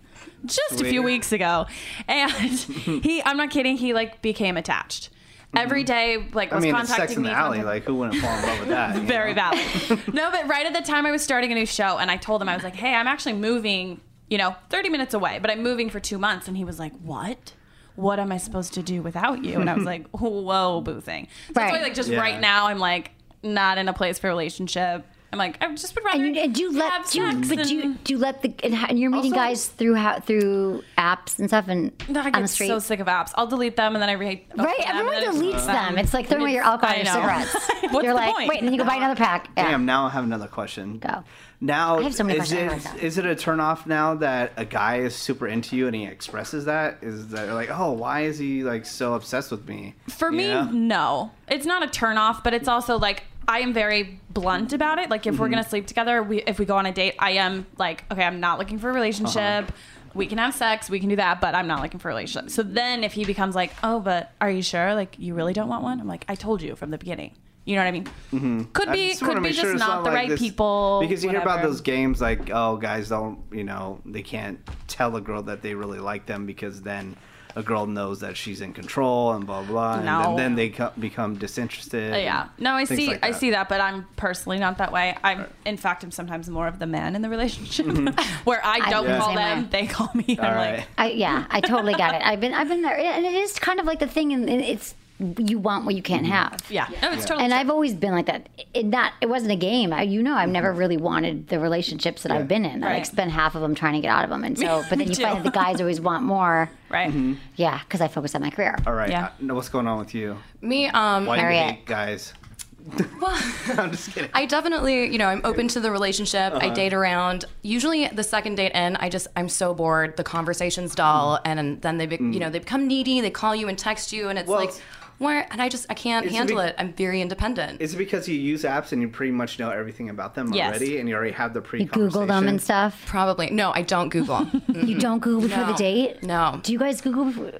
Speaker 12: just a few
Speaker 11: Sweet.
Speaker 12: weeks ago, and he. I'm not kidding. He like became attached. Every day, like
Speaker 2: Mm-hmm. I
Speaker 12: was
Speaker 2: mean, it's
Speaker 12: contacting
Speaker 2: sex in
Speaker 12: me.
Speaker 2: the alley. Like, who wouldn't fall in love with that? you
Speaker 12: Very
Speaker 2: know?
Speaker 12: valid. no, but right at the time I was starting a new show, and I told him I was like, "Hey, I'm actually moving. You know, 30 minutes away, but I'm moving for two months." And he was like, "What? What am I supposed to do without you?" And I was like, "Whoa, boo thing." So that's why,
Speaker 1: Right.
Speaker 12: like, just
Speaker 1: Yeah.
Speaker 12: right now, I'm like not in a place for a relationship. I'm like, I just would rather.
Speaker 1: And you, and do you let do you,
Speaker 12: sex
Speaker 1: but do you, do you let the and, how- and you're meeting guys through how through apps and stuff and
Speaker 12: No, I
Speaker 1: on the
Speaker 12: get
Speaker 1: street.
Speaker 12: so sick of apps. I'll delete them and then I re-
Speaker 1: Right, everyone deletes them. It's like throwing away your alcohol and your cigarettes.
Speaker 12: What's
Speaker 1: You're
Speaker 12: the
Speaker 1: like,
Speaker 12: point?
Speaker 1: wait, and then you go buy another pack. Yeah.
Speaker 2: Damn, now I have another question. Go. Now,
Speaker 1: I have so many
Speaker 2: is,
Speaker 1: questions. I
Speaker 2: it,
Speaker 1: wrote
Speaker 2: is it a turnoff now that a guy is super into you and he expresses that? Is that like, oh, why is he like so obsessed with me?
Speaker 12: For
Speaker 2: You
Speaker 12: me,
Speaker 2: know?
Speaker 12: no. It's not a turnoff, but it's also like I am very blunt about it. Like if we're
Speaker 2: Mm-hmm.
Speaker 11: Mhm.
Speaker 12: gonna sleep together, we if we go on a date, I am like, okay, I'm not looking for a relationship.
Speaker 2: Uh-huh.
Speaker 12: We can have sex, we can do that, but I'm not looking for a relationship. So then if he becomes like, Oh, but are you sure? Like you really don't want one? I'm like, I told you from the beginning. You know what I mean?
Speaker 2: Mhm.
Speaker 12: Could
Speaker 2: I
Speaker 12: be-
Speaker 2: wanna
Speaker 12: could be
Speaker 2: make
Speaker 12: just
Speaker 2: it's
Speaker 12: not the right people,
Speaker 2: Because you hear about
Speaker 12: whatever.
Speaker 2: those games like, oh, guys don't, you know, they can't tell a girl that they really like them because then a girl knows that she's in control and blah blah, and then,
Speaker 12: No.
Speaker 2: then they co- become disinterested.
Speaker 12: Uh, yeah.
Speaker 2: and
Speaker 12: No, I
Speaker 2: things
Speaker 12: see
Speaker 2: like
Speaker 12: I see that, but I'm personally not that way. I'm in fact I'm sometimes more of the man in the relationship where I
Speaker 1: I'm
Speaker 12: don't
Speaker 1: the
Speaker 12: call
Speaker 1: same
Speaker 12: them,
Speaker 1: way.
Speaker 12: they call me.
Speaker 2: All
Speaker 12: I'm
Speaker 2: right.
Speaker 12: like
Speaker 1: I, yeah, I totally got it. I've been I've been there, and it is kind of like the thing, and it's you want what you can't have.
Speaker 12: Yeah. No, it's totally
Speaker 1: And I've always been like that. It not it wasn't a game. I, you know, I've never really wanted the relationships that I've been in. I like
Speaker 12: Mm-hmm. Right.
Speaker 1: spent half of them trying to get out of them, and so but then you
Speaker 12: Me
Speaker 1: find that
Speaker 12: too.
Speaker 1: the guys always want more.
Speaker 12: Right.
Speaker 1: Yeah, because I focus on my career.
Speaker 2: All right.
Speaker 1: Yeah.
Speaker 2: uh, no, what's going on with you?
Speaker 9: Me, um,
Speaker 2: Why do you hate guys?
Speaker 9: I definitely, you know, I'm open to the relationship. I
Speaker 2: Uh-huh.
Speaker 9: date around. Usually, the second date in, I just I'm so bored. The conversation's dull,
Speaker 2: Mm.
Speaker 9: and then they, be, you know, they become needy. They call you and text you, and it's like, where? And I just I can't
Speaker 2: it's
Speaker 9: handle
Speaker 2: be-
Speaker 9: it. I'm very independent.
Speaker 2: Is it because you use apps and you pretty much know everything about them
Speaker 9: Yes.
Speaker 2: already, and you already have the pre
Speaker 1: Google them and stuff.
Speaker 9: Probably no, I don't Google.
Speaker 1: you don't Google before the
Speaker 12: Mm-hmm.
Speaker 1: date.
Speaker 12: No.
Speaker 9: No.
Speaker 1: Do you guys Google? before-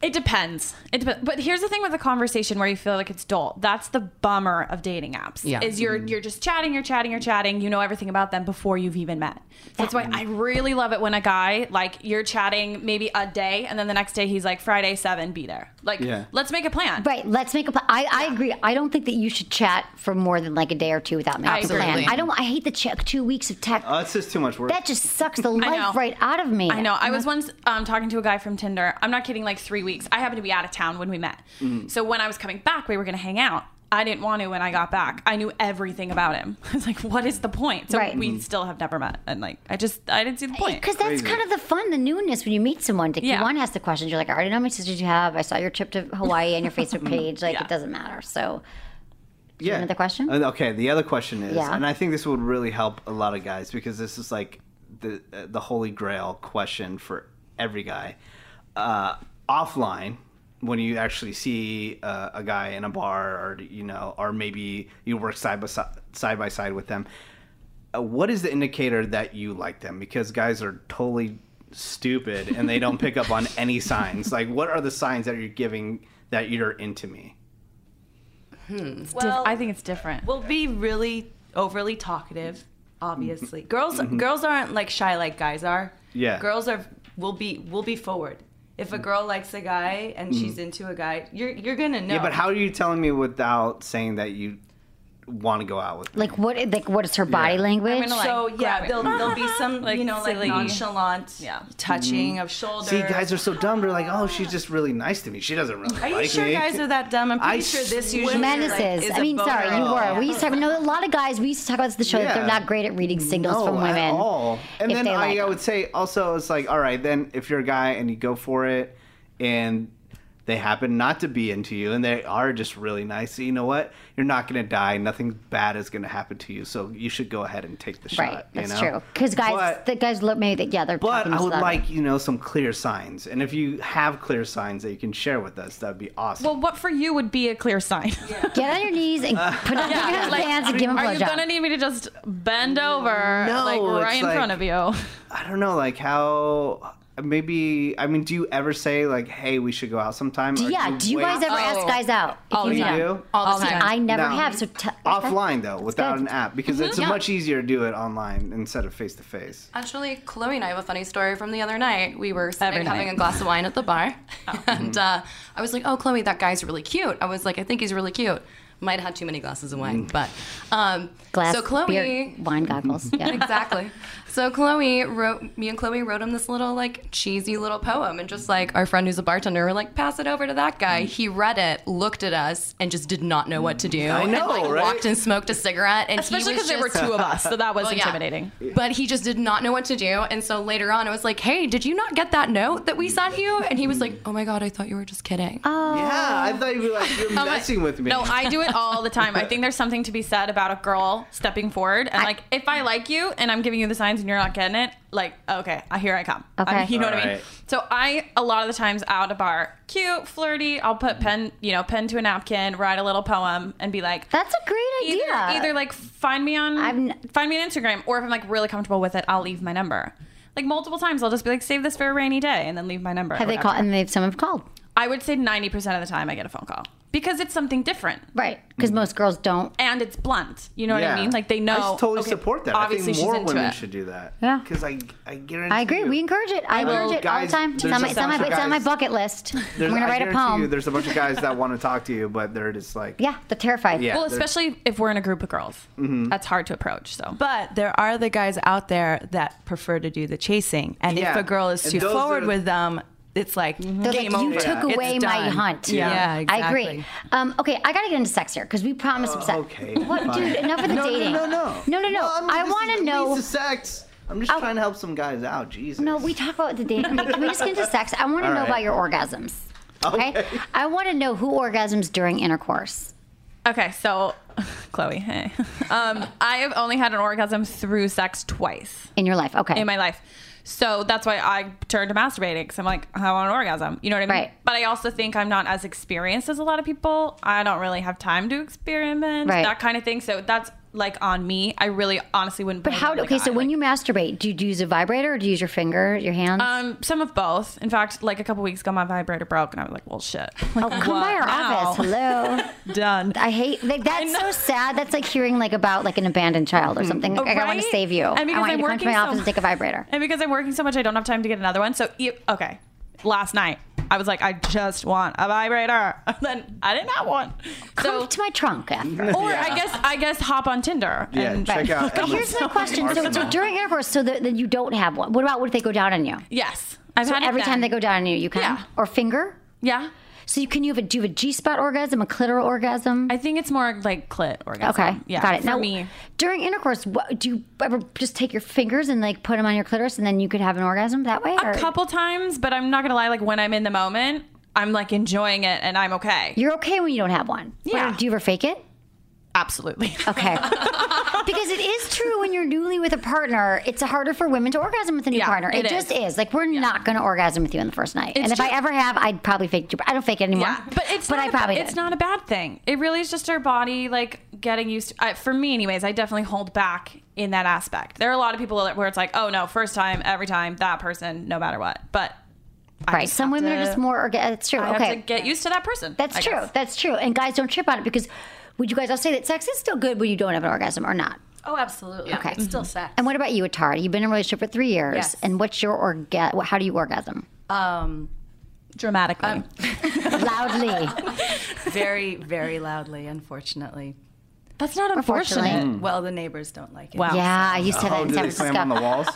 Speaker 12: It depends. It depends. But here's the thing with a conversation where you feel like it's dull. That's the bummer of dating apps.
Speaker 11: Yeah.
Speaker 12: Is you're you're just chatting, you're chatting, you're chatting. You know everything about them before you've even met. That's why I really love it when a guy like you're chatting maybe a day and then the next day he's like Friday seven, be there. Like
Speaker 1: Yeah.
Speaker 12: let's make a plan.
Speaker 1: Right. Let's make a plan. I, I agree. I don't think that you should chat for more than like a day or two without making
Speaker 2: I
Speaker 1: a
Speaker 2: agree.
Speaker 1: plan. I don't. I hate the check two weeks of tech.
Speaker 2: Oh, it's just too much work.
Speaker 1: That just sucks the
Speaker 12: I
Speaker 1: life
Speaker 12: know.
Speaker 1: right out of me.
Speaker 12: I know. I was once um, talking to a guy from Tinder. I'm not kidding. Like three weeks. I happened to be out of town when we met.
Speaker 1: Mhm.
Speaker 12: So when I was coming back, we were going to hang out. I didn't want to when I got back. I knew everything about him. I was like, what is the point? So
Speaker 1: Right.
Speaker 12: we
Speaker 1: Mhm.
Speaker 12: still have never met. And like, I just, I didn't see the point.
Speaker 1: Because that's kind of the fun, the newness when you meet someone. Like, You want to ask the questions. You're like, I already know how many sisters you have. I saw your trip to Hawaii on your Facebook page. Like, it doesn't matter. So, do you have another question?
Speaker 2: And, Uh, Okay, the other question is,
Speaker 1: Yeah.
Speaker 2: and I think this would really help a lot of guys because this is like the uh, the holy grail question for every guy. Uh, offline, when you actually see uh, a guy in a bar, or you know, or maybe you work side by side, side by side with them, uh, what is the indicator that you like them? Because guys are totally stupid and they don't pick up on any signs. Like, what are the signs that you're giving that you're into me?
Speaker 12: It's diff- I think it's different.
Speaker 11: We'll be really overly talkative,
Speaker 12: Mm-hmm.
Speaker 11: obviously. girls girls aren't like shy like guys are.
Speaker 2: Yeah.
Speaker 11: Girls are will be will be forward. If a girl likes a guy and she's into a guy, you're you're gonna know.
Speaker 2: Yeah, but how are you telling me without saying that you want to go out with me?
Speaker 1: like, what? Like, what is her body language?
Speaker 11: so yeah, there'll, there'll be some
Speaker 12: Like,
Speaker 11: you know like
Speaker 12: silly.
Speaker 11: nonchalant touching of shoulders.
Speaker 2: Mm-hmm. See, guys are so dumb. They're like, oh, she's just really nice to me. She doesn't really
Speaker 11: Are you
Speaker 2: like
Speaker 11: sure
Speaker 2: me.
Speaker 11: guys are that dumb? I'm pretty sure this usually
Speaker 1: menaces.
Speaker 11: like, is
Speaker 1: I
Speaker 11: a
Speaker 1: mean, sorry, you
Speaker 11: boner.
Speaker 1: were. We used to have, no, a lot of guys. We used to talk about this on the show that they're
Speaker 2: Yeah.
Speaker 1: not great at reading signals
Speaker 2: no,
Speaker 1: from women.
Speaker 2: at all. And
Speaker 1: if
Speaker 2: then
Speaker 1: they
Speaker 2: I,
Speaker 1: like
Speaker 2: I would say also it's like, all right, then if you're a guy and you go for it, and they happen not to be into you and they are just really nice. You know what? You're not going to die. Nothing bad is going to happen to you. So you should go ahead and take the shot.
Speaker 1: right.
Speaker 2: you
Speaker 1: That's
Speaker 2: know?
Speaker 1: true. Because guys, the guys look maybe that yeah they're.
Speaker 2: But
Speaker 1: talking
Speaker 2: I
Speaker 1: to
Speaker 2: would
Speaker 1: them.
Speaker 2: like, you know, some clear signs. And if you have clear signs that you can share with us, that'd be awesome.
Speaker 12: Well, what for you would be a clear sign?
Speaker 1: Get on your knees and put on your hands and give him a
Speaker 12: Are you
Speaker 1: blowjob.
Speaker 12: gonna need me to just bend over,
Speaker 2: No,
Speaker 12: like
Speaker 2: it's
Speaker 12: right in
Speaker 2: like-
Speaker 12: front of you?
Speaker 2: I don't know, like how maybe I mean, do you ever say like, "Hey, we should go out sometime"?
Speaker 1: Do-
Speaker 2: Or
Speaker 1: yeah, do you
Speaker 2: wait-
Speaker 1: guys ever ask guys out? if
Speaker 2: Oh, you
Speaker 1: know?
Speaker 2: do?
Speaker 1: See, I never have. So t-
Speaker 2: offline though, without an app, because
Speaker 1: Mm-hmm.
Speaker 9: Mhm.
Speaker 2: it's
Speaker 9: Yeah.
Speaker 2: much easier to do it online instead of face to face.
Speaker 9: Actually, Chloe and I have a funny story from the other night. We were sitting
Speaker 12: Every
Speaker 9: having
Speaker 12: night. Oh.
Speaker 9: a glass of wine at the bar, and uh, I was like, "Oh, Chloe, that guy's really cute." I was like, "I think he's really cute." Might have had too many glasses of wine,
Speaker 12: Mm.
Speaker 9: but um,
Speaker 1: Glass,
Speaker 9: so Chloe,
Speaker 1: beer, wine goggles. Yeah.
Speaker 9: exactly. So Chloe wrote me and Chloe wrote him this little like cheesy little poem, and just like our friend who's a bartender, we're like, "Pass it over to that
Speaker 12: Mm.
Speaker 9: guy." He read it, looked at us, and just did not know what to do.
Speaker 12: I know,
Speaker 9: and, like,
Speaker 12: right?
Speaker 9: Walked and smoked a cigarette, and he
Speaker 12: Especially
Speaker 9: was
Speaker 12: 'cause there were
Speaker 9: just-
Speaker 12: two of us, so that was
Speaker 9: yeah.
Speaker 12: intimidating.
Speaker 9: But he just did not know what to do, and so later on, I was like, "Hey, did you not get that note that we sent you?" And he was like, "Oh my god, I thought you were just kidding."
Speaker 13: Uh,
Speaker 1: Oh,
Speaker 2: Yeah, I thought you'd be like, "You're messing with me."
Speaker 12: No, I do it all the time. I think there's something to be said about a girl stepping forward and like, if I like you and I'm giving you the signs and you're not getting it, like, okay, I- here I come. I-
Speaker 1: Okay.
Speaker 12: you know what I mean?
Speaker 1: Alright.
Speaker 12: So I a lot of the times out a bar, cute, flirty. I'll put pen, you know, pen to a napkin, write a little poem, and be like,
Speaker 1: that's a great
Speaker 12: either,
Speaker 1: idea.
Speaker 12: Either like find me on find me on Instagram, or if I'm like really comfortable with it, I'll leave my number. Like multiple times, I'll just be like, save this for a rainy day, and then leave my number. or
Speaker 1: have they
Speaker 12: whatever.
Speaker 1: called? And they've some have called.
Speaker 12: I would say 90% of the time I get a phone call because it's something different.
Speaker 1: Right. Because most girls don't.
Speaker 12: And it's blunt. You know what
Speaker 2: Yeah.
Speaker 12: I mean? Like they know.
Speaker 2: I just totally
Speaker 12: okay,
Speaker 2: support that.
Speaker 12: Obviously,
Speaker 2: I think more
Speaker 12: she's into
Speaker 2: women
Speaker 12: it.
Speaker 2: should do that.
Speaker 1: Yeah.
Speaker 2: because I, I guarantee.
Speaker 1: I agree. We encourage it. I
Speaker 2: I will-
Speaker 1: encourage it all
Speaker 2: guys,
Speaker 1: the time. It's
Speaker 2: there's
Speaker 1: on, my,
Speaker 2: a
Speaker 1: it's, on my,
Speaker 2: bunch of
Speaker 1: it's on my
Speaker 2: guys-
Speaker 1: bucket list. I'm
Speaker 2: There's-
Speaker 1: going to
Speaker 2: I
Speaker 1: write a
Speaker 2: guarantee You,
Speaker 1: poem.
Speaker 2: there's a bunch of guys that want to talk to you, but they're just like,
Speaker 1: yeah, they're terrified.
Speaker 2: Yeah,
Speaker 12: well,
Speaker 2: there's-
Speaker 12: especially if we're in a group of girls.
Speaker 2: Mm-hmm.
Speaker 12: That's hard to approach. So,
Speaker 13: But there are the guys out there that prefer to do the chasing, and if
Speaker 12: Yeah.
Speaker 13: a girl is
Speaker 12: And
Speaker 13: too
Speaker 12: those
Speaker 13: forward
Speaker 12: are-
Speaker 13: with them, it's like
Speaker 1: Mm-hmm. They're
Speaker 13: game
Speaker 1: like,
Speaker 13: over.
Speaker 1: you took
Speaker 13: It's
Speaker 1: away my
Speaker 13: done."
Speaker 1: hunt.
Speaker 13: Yeah, exactly.
Speaker 1: I agree. Um, okay, I got to get into sex here because we promised some sex.
Speaker 2: Uh, okay,
Speaker 1: What,
Speaker 2: fine.
Speaker 1: dude, enough of the
Speaker 2: No, no,
Speaker 1: dating.
Speaker 2: no, no.
Speaker 1: No, no, no.
Speaker 2: Well, I mean,
Speaker 1: I
Speaker 2: this
Speaker 1: want to
Speaker 2: is-
Speaker 1: know. Oh.
Speaker 2: leads to sex. I'm just trying to help some guys out. Jesus.
Speaker 1: No, we talk about the dating. Okay, can we just get into sex? I want to
Speaker 2: All
Speaker 1: know
Speaker 2: right.
Speaker 1: about your orgasms. Okay. I want to know who orgasms during intercourse.
Speaker 12: okay, so Chloe, hey. Um, I have only had an orgasm through sex twice.
Speaker 1: In your life, okay.
Speaker 12: In my life. So that's why I turned to masturbating because I'm like, I want an orgasm. You know what I mean?
Speaker 1: Right.
Speaker 12: But I also think I'm not as experienced as a lot of people. I don't really have time to experiment,
Speaker 1: Right.
Speaker 12: that kind of thing. So that's like on me. I really honestly wouldn't.
Speaker 1: But how? Do, okay, so when you masturbate, do you use a vibrator or do you use your finger, your hands?
Speaker 12: Um, some of both. In fact, like a couple weeks ago, my vibrator broke, and I was like, "Well, shit."
Speaker 1: oh,
Speaker 12: Like,
Speaker 1: come by
Speaker 12: what
Speaker 1: our
Speaker 12: now?
Speaker 1: office. Hello.
Speaker 12: Done.
Speaker 1: I hate like that's so sad. That's like hearing like about like an abandoned child or something. Like, I want to
Speaker 12: Mm-hmm. Right?
Speaker 1: save you.
Speaker 12: And
Speaker 1: I
Speaker 12: because
Speaker 1: want
Speaker 12: I'm
Speaker 1: you to come to
Speaker 12: working
Speaker 1: my
Speaker 12: so
Speaker 1: office and
Speaker 12: much-
Speaker 1: take a vibrator.
Speaker 12: And because I'm working so much, I don't have time to get another one. So, e- okay, last night I was like, I just want a vibrator, and then I didn't have one. oh.
Speaker 1: Come to my trunk after.
Speaker 12: Or I guess I guess hop on Tinder.
Speaker 2: Yeah,
Speaker 12: and
Speaker 2: check out
Speaker 12: look up
Speaker 1: But here's my
Speaker 12: some-
Speaker 1: question. So, so during intercourse, so that that you don't have one. What about what if they go down on you?
Speaker 12: Yes, I've
Speaker 1: so
Speaker 12: had it
Speaker 1: every time
Speaker 12: then.
Speaker 1: they go down on you, you can or finger.
Speaker 12: Yeah.
Speaker 1: So you can you have a do you have a G spot orgasm, a clitoral orgasm?
Speaker 12: I think it's more like clit orgasm.
Speaker 1: Okay,
Speaker 12: Yeah,
Speaker 1: got it.
Speaker 12: for
Speaker 1: now,
Speaker 12: me.
Speaker 1: during intercourse, what, do you ever just take your fingers and like put them on your clitoris, and then you could have an orgasm that way?
Speaker 12: a couple times, but I'm not gonna lie. Like when I'm in the moment, I'm like enjoying it, and I'm okay.
Speaker 1: You're okay when you don't have one. Yeah. do you ever fake it?
Speaker 12: Absolutely.
Speaker 1: Okay. because it is true when you're newly with a partner, it's harder for women to orgasm with a new partner. It,
Speaker 12: it
Speaker 1: just
Speaker 12: is.
Speaker 1: is. Like we're not going to orgasm with you on the first night.
Speaker 12: It's
Speaker 1: and if I
Speaker 12: just-
Speaker 1: ever have, I'd probably fake. I don't fake it anymore.
Speaker 12: Yeah, but it's
Speaker 1: but
Speaker 12: not
Speaker 1: I
Speaker 12: a-
Speaker 1: probably
Speaker 12: it's
Speaker 1: did.
Speaker 12: not a bad thing. It really is just our body like getting used to. I, for me, anyways, I definitely hold back in that aspect. There are a lot of people that- where it's like, oh no, first time, every time, that person, no matter what. But
Speaker 1: right. Some women are just more. Orga- it's true.
Speaker 12: I
Speaker 1: okay.
Speaker 12: have to get used to that person.
Speaker 1: That's
Speaker 12: I
Speaker 1: true.
Speaker 12: guess.
Speaker 1: That's true. And guys, don't trip on it because would you guys all say that sex is still good when you don't have an orgasm or not?
Speaker 9: Oh, absolutely.
Speaker 1: Okay.
Speaker 9: It's still sex.
Speaker 1: And what about you, Atara? You've been in a relationship for three years.
Speaker 9: Yes.
Speaker 1: And what's your orgasm? How do you orgasm?
Speaker 13: Um,
Speaker 12: dramatically,
Speaker 1: loudly,
Speaker 13: very, very loudly. Unfortunately,
Speaker 12: that's not
Speaker 1: Unfortunately.
Speaker 13: unfortunate.
Speaker 1: Mm.
Speaker 13: Well, the neighbors don't like it.
Speaker 1: Yeah, I used to have that
Speaker 2: oh,
Speaker 1: in
Speaker 2: do
Speaker 1: San
Speaker 2: they slam
Speaker 1: Francisco.
Speaker 2: on the walls?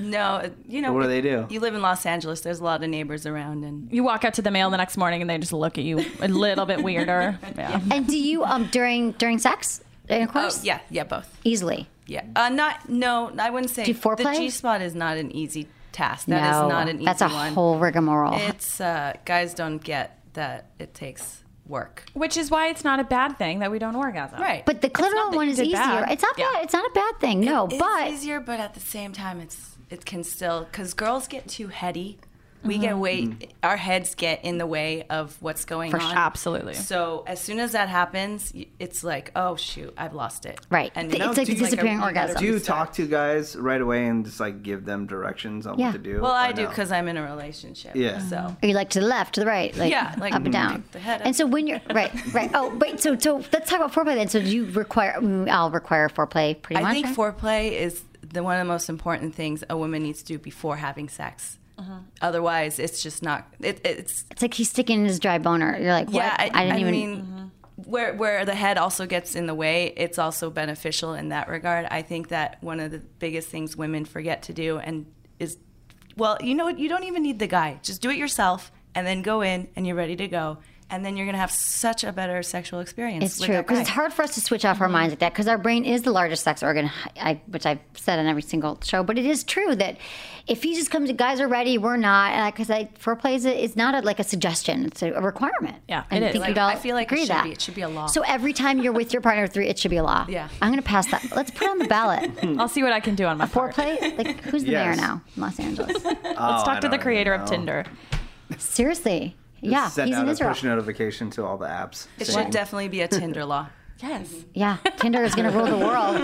Speaker 13: No, uh, you know
Speaker 2: What do they do?
Speaker 13: You live in Los Angeles. There's a lot of neighbors around, and
Speaker 12: You walk out to the mail the next morning and they just look at you a little bit weirder. Yeah.
Speaker 1: And do you um during during sex?
Speaker 12: Oh,
Speaker 1: Of course.
Speaker 13: yeah, yeah, both.
Speaker 1: Easily.
Speaker 13: Yeah, uh, not no. I wouldn't say
Speaker 1: Do foreplay?
Speaker 13: The G spot is not an easy task. That is
Speaker 1: no,
Speaker 13: not an easy
Speaker 1: that's a
Speaker 13: one.
Speaker 1: whole rigmarole.
Speaker 13: It's uh, guys don't get
Speaker 12: that it takes work.
Speaker 13: Which is why it's not a bad thing that we don't orgasm.
Speaker 12: Right.
Speaker 1: But the
Speaker 12: It's not
Speaker 1: clitoral
Speaker 12: that
Speaker 1: one
Speaker 12: you
Speaker 1: is
Speaker 12: did
Speaker 1: easier.
Speaker 12: bad.
Speaker 1: It's not bad. It's not a bad thing. No,
Speaker 12: It is
Speaker 1: but
Speaker 12: easier, but at the same time, it's it can still because girls get too heady. We get
Speaker 13: Mm-hmm.
Speaker 12: way
Speaker 2: Mm-hmm.
Speaker 12: our heads get in the way of what's going
Speaker 13: For
Speaker 12: on.
Speaker 13: sure. Absolutely.
Speaker 12: So as soon as that happens, y- it's like, oh shoot, I've lost it.
Speaker 1: Right.
Speaker 12: now
Speaker 2: do you-
Speaker 12: you gotta
Speaker 2: Do you
Speaker 12: restart.
Speaker 2: talk to guys right away and just like give them directions on what to do?
Speaker 12: Well,
Speaker 2: or
Speaker 12: I do
Speaker 2: no?
Speaker 12: because I'm in a relationship.
Speaker 2: Yeah.
Speaker 12: So
Speaker 1: Are you like to the left, to the right, like,
Speaker 12: Yeah, like,
Speaker 1: up and down?
Speaker 12: pick the head
Speaker 1: And so when you're right, right. Oh, wait. So so let's talk about foreplay then. So do you require? mm, I'll require foreplay pretty
Speaker 12: I
Speaker 1: much.
Speaker 12: think
Speaker 1: right?
Speaker 12: foreplay is the one of the most important things a woman needs to do before having sex.
Speaker 1: Uh-huh.
Speaker 12: Otherwise, it's just not. It, it's
Speaker 1: it's like he's sticking in his dry boner. You're like, what?
Speaker 12: yeah. I,
Speaker 1: didn't
Speaker 12: I
Speaker 1: even. Uh-huh.
Speaker 12: mean, where where the head also gets in the way, it's also beneficial in that regard. I think that one of the biggest things women forget to do and is, well, you know what? You don't even need the guy. Just do it yourself, and then go in, and you're ready to go. And then you're gonna have such a better sexual experience.
Speaker 1: it's
Speaker 12: with
Speaker 1: true
Speaker 12: that
Speaker 1: because
Speaker 12: guy. Mm-hmm.
Speaker 1: it's hard for us to switch off our minds like that because our brain is the largest sex organ, I, which I've said on every single show. But it is true that if he just comes, guys are ready, we're not. Because I, foreplay is, a- is not a, like a suggestion; it's a, a requirement.
Speaker 12: Yeah,
Speaker 1: And
Speaker 12: it
Speaker 1: I
Speaker 12: is.
Speaker 1: think
Speaker 12: Like,
Speaker 1: we'd all
Speaker 12: I feel like it
Speaker 1: agree
Speaker 12: should
Speaker 1: that
Speaker 12: be- it should be a law.
Speaker 1: So every time you're with your partner through, it should be a law.
Speaker 12: Yeah.
Speaker 1: I'm gonna pass that. Let's put it on the ballot.
Speaker 13: I'll see what I can do on my part.
Speaker 1: Foreplay? Like who's the mayor
Speaker 13: Yes.
Speaker 1: now? in Los Angeles.
Speaker 13: Let's talk to
Speaker 2: Oh, I
Speaker 13: the
Speaker 2: don't
Speaker 13: creator of
Speaker 2: know.
Speaker 13: Tinder.
Speaker 1: Seriously. Yeah,
Speaker 2: Send
Speaker 1: he's
Speaker 2: out
Speaker 1: in
Speaker 2: a
Speaker 1: Israel.
Speaker 2: push notification to all the apps.
Speaker 12: It
Speaker 2: saying-
Speaker 12: should definitely be a Tinder law.
Speaker 13: Yes.
Speaker 1: Yeah, Tinder is going to rule the world.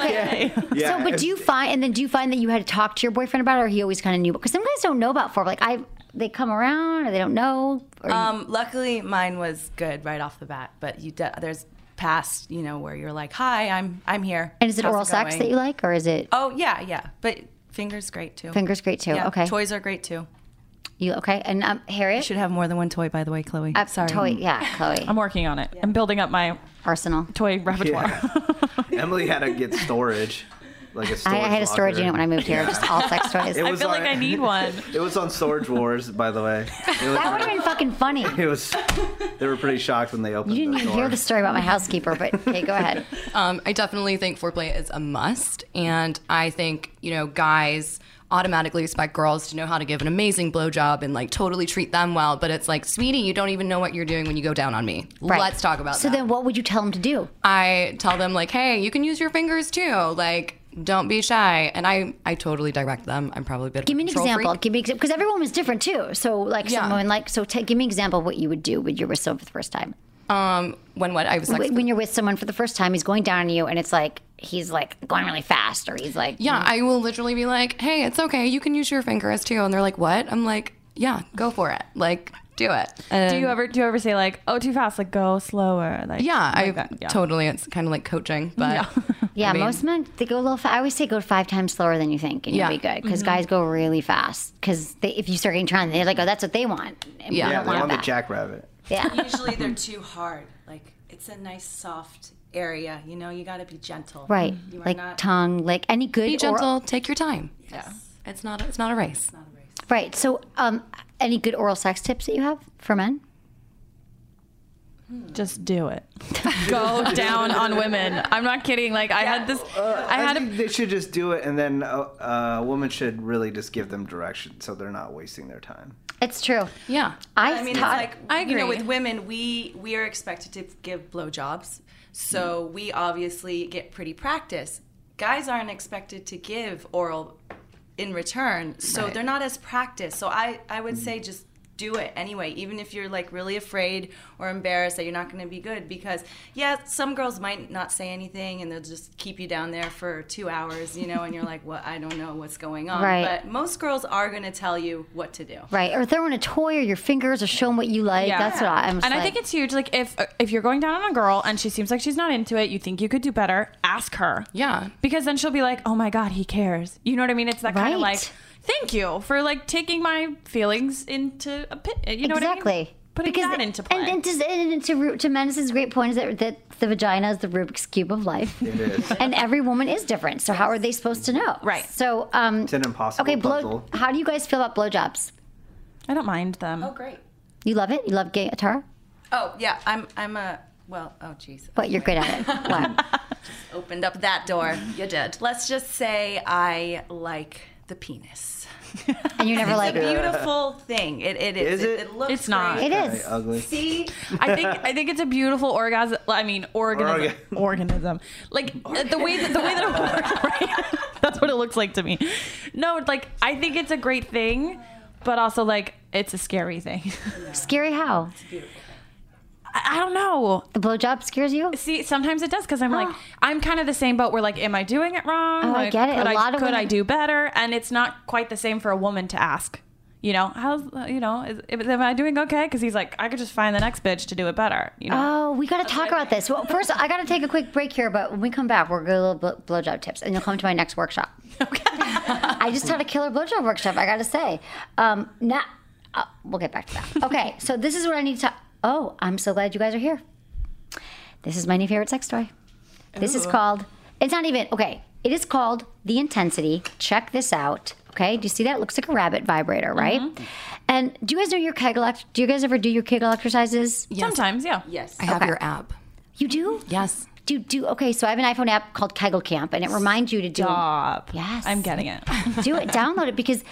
Speaker 1: okay.
Speaker 2: Yeah,
Speaker 1: so, but
Speaker 2: it's-
Speaker 1: do you find, and then do you find that you had to talk to your boyfriend about it, or he always kind of knew? Because some guys don't know about foreplay. Like, I, they come around, or they don't know. Or,
Speaker 12: Um, luckily, mine was good right off the bat. But you de- there's past, you know, where you're like, "Hi, I'm I'm here."
Speaker 1: and is it
Speaker 12: How's
Speaker 1: oral sex
Speaker 12: going?"
Speaker 1: that you like, or is it
Speaker 12: Oh yeah, yeah. But fingers great too.
Speaker 1: fingers great too?
Speaker 12: Yeah,
Speaker 1: Okay.
Speaker 12: Toys are great too.
Speaker 1: You okay? And um, Harriet, you
Speaker 12: should have more than one toy, by the way, Chloe.
Speaker 1: Uh, Toy, yeah, Chloe.
Speaker 13: I'm working on it. I'm building up my
Speaker 1: arsenal
Speaker 13: toy repertoire.
Speaker 2: Emily had to get storage, like a storage.
Speaker 1: I had a storage
Speaker 2: locker.
Speaker 1: unit when I moved here,
Speaker 2: Yeah.
Speaker 1: just all sex toys.
Speaker 2: It was on- It was on Storage Wars, by the way. It was,
Speaker 1: That would have been fucking funny.
Speaker 2: it was. They were pretty shocked when they opened.
Speaker 1: You didn't
Speaker 2: the
Speaker 1: even
Speaker 2: door.
Speaker 1: hear the story about my housekeeper, but okay, go ahead.
Speaker 9: Um, I definitely think foreplay is a must, and I think you know guys automatically expect girls to know how to give an amazing blowjob and like totally treat them well, but it's like, sweetie, you don't even know what you're doing when you go down on me.
Speaker 1: Right.
Speaker 9: Let's talk about
Speaker 1: So
Speaker 9: that. Uh,
Speaker 1: then, what would you tell him to do?
Speaker 9: I tell them like, hey, you can use your fingers too. Like, don't be shy. And I I totally direct them. I'm probably a bit.
Speaker 1: Give me an
Speaker 9: of a control
Speaker 1: example.
Speaker 9: freak.
Speaker 1: Give me because everyone was different too. So like
Speaker 9: Yeah.
Speaker 1: someone like so take, give me an example of what you would do when you're with someone for the first time.
Speaker 9: Um, when what I was like,
Speaker 1: Wh- when you're with someone for the first time, he's going down on you, and it's like he's like going really fast, or he's like
Speaker 9: yeah, I will literally be like, hey, it's okay. You can use your fingers too. And they're like, what? I'm like, yeah, go for it. Like, do it.
Speaker 12: Um,
Speaker 13: do you ever do you ever say like, oh, too fast, like go slower? Like
Speaker 9: Yeah, I
Speaker 13: like that? Yeah.
Speaker 9: totally. It's kind of like coaching, but
Speaker 1: yeah.
Speaker 9: I mean-
Speaker 1: most men they go a little. Fa- I always say go five times slower than you think, and
Speaker 9: Yeah.
Speaker 1: you'll be good because
Speaker 9: Mhm.
Speaker 1: guys go really fast. Because if you start getting trying, they're like, oh, that's what they want. And we
Speaker 2: Yeah,
Speaker 1: don't
Speaker 2: they
Speaker 1: want
Speaker 2: want the
Speaker 1: that.
Speaker 2: jackrabbit.
Speaker 1: Yeah.
Speaker 12: Usually they're too hard. Like it's a nice soft area. You know, you got to be gentle.
Speaker 1: Right,
Speaker 12: Mm-hmm. You are
Speaker 1: like
Speaker 12: not.
Speaker 1: tongue, like any good.
Speaker 9: be
Speaker 1: oral-
Speaker 9: gentle. take your time. Yeah, it's not. It's not a race.
Speaker 1: right. So, um, any good oral sex tips that you have for men?
Speaker 13: Just do it. Go down on women. I'm not kidding. Like I had this. I
Speaker 2: Uh, I,
Speaker 13: had a
Speaker 2: think they should just do it, and then a, a woman should really just give them direction, so they're not wasting their time.
Speaker 1: It's true.
Speaker 9: Yeah.
Speaker 1: I,
Speaker 12: I mean, it's
Speaker 1: taught-
Speaker 12: like you know, with women, we we are expected to give blowjobs, so we obviously get pretty practice. Guys aren't expected to give oral in return, so
Speaker 9: Right.
Speaker 12: they're not as practiced. So I I would say just do it anyway, even if you're like really afraid or embarrassed that you're not going to be good. Because yeah, some girls might not say anything and they'll just keep you down there for two hours, you know, and you're like, well, I don't know what's going on.
Speaker 1: Right.
Speaker 12: But most girls are going to tell you what to do.
Speaker 1: Right, or throwing a toy or your fingers or showing what you like. That's what I, I'm.
Speaker 13: And I think it's huge. Like if if you're going down on a girl and she seems like she's not into it, you think you could do better. Ask her.
Speaker 9: Yeah.
Speaker 13: Because then she'll be like, "Oh my god, he cares." You know what I mean? It's that kind of like,
Speaker 1: Right.
Speaker 13: "Thank you for like taking my feelings into a pit." You know
Speaker 1: exactly.
Speaker 13: what I mean? Putting that into play.
Speaker 1: And, and to, and to, Ru- to Menace's great point is that, that the vagina is the Rubik's Cube of life.
Speaker 2: It is.
Speaker 1: and every woman is different. So, how are they supposed to know? Right. So, um,
Speaker 2: It's an impossible
Speaker 1: okay, blow,
Speaker 2: puzzle.
Speaker 1: how do you guys feel about blowjobs?
Speaker 13: I don't mind them.
Speaker 12: Oh, great.
Speaker 1: You love it? You love gay Atara?
Speaker 12: Oh yeah, I'm I'm a well. Oh jeez.
Speaker 1: But you're good at it. What?
Speaker 12: Opened up that door. You did. Let's just say I like
Speaker 13: the penis.
Speaker 1: And you never
Speaker 13: it's
Speaker 1: like
Speaker 13: a beautiful thing. It, it is.
Speaker 1: Is it?
Speaker 13: looks
Speaker 12: It's not.
Speaker 13: great.
Speaker 12: It is. Kinda ugly.
Speaker 13: See,
Speaker 12: I think I think it's a beautiful orgasm. I mean, organism.
Speaker 13: Orga-
Speaker 12: organism. Like uh, the way that, the way that it works. Right? That's what it looks like to me. No, like I think it's a great thing, but also like it's a scary thing.
Speaker 1: Scary how?
Speaker 12: I, I don't know.
Speaker 1: The blowjob scares you?
Speaker 12: See, sometimes it does because I'm like I'm kind of the same boat. Where like, am I doing it wrong?
Speaker 1: Oh, I
Speaker 12: Like,
Speaker 1: get it.
Speaker 12: Could
Speaker 1: A
Speaker 12: I,
Speaker 1: lot of
Speaker 12: could I
Speaker 1: women-
Speaker 12: do better? And it's not quite the same for a woman to ask. You know, how's you know, is, am I doing okay? Because he's like, I could just find the next bitch to do it better. You know.
Speaker 1: Oh, we got to talk about this. Well, first, I got to take a quick break here, but when we come back, we're going to little bl- blowjob tips, and you'll come to my next workshop. Okay. I just had a killer blowjob workshop. I got to say. Um, now, uh, we'll get back to that. Okay, so this is what I need to. Oh, I'm so glad you guys are here. This is my new favorite sex toy. This is
Speaker 14: Ooh.
Speaker 1: called. It's not even okay. It is called the intensity. Check this out. Okay, do you see that? It looks like a rabbit vibrator, right? And do you guys know your Kegel? ex- Do you guys ever do your Kegel exercises?
Speaker 12: Sometimes, yeah.
Speaker 13: Yes.
Speaker 9: I have
Speaker 1: Okay.
Speaker 9: your app.
Speaker 1: You do?
Speaker 9: Yes.
Speaker 1: Do do okay. So I have an iPhone app called Kegel Camp, and it reminds you to do.
Speaker 12: Stop.
Speaker 1: Yes,
Speaker 12: I'm getting it.
Speaker 1: do it. Download it because.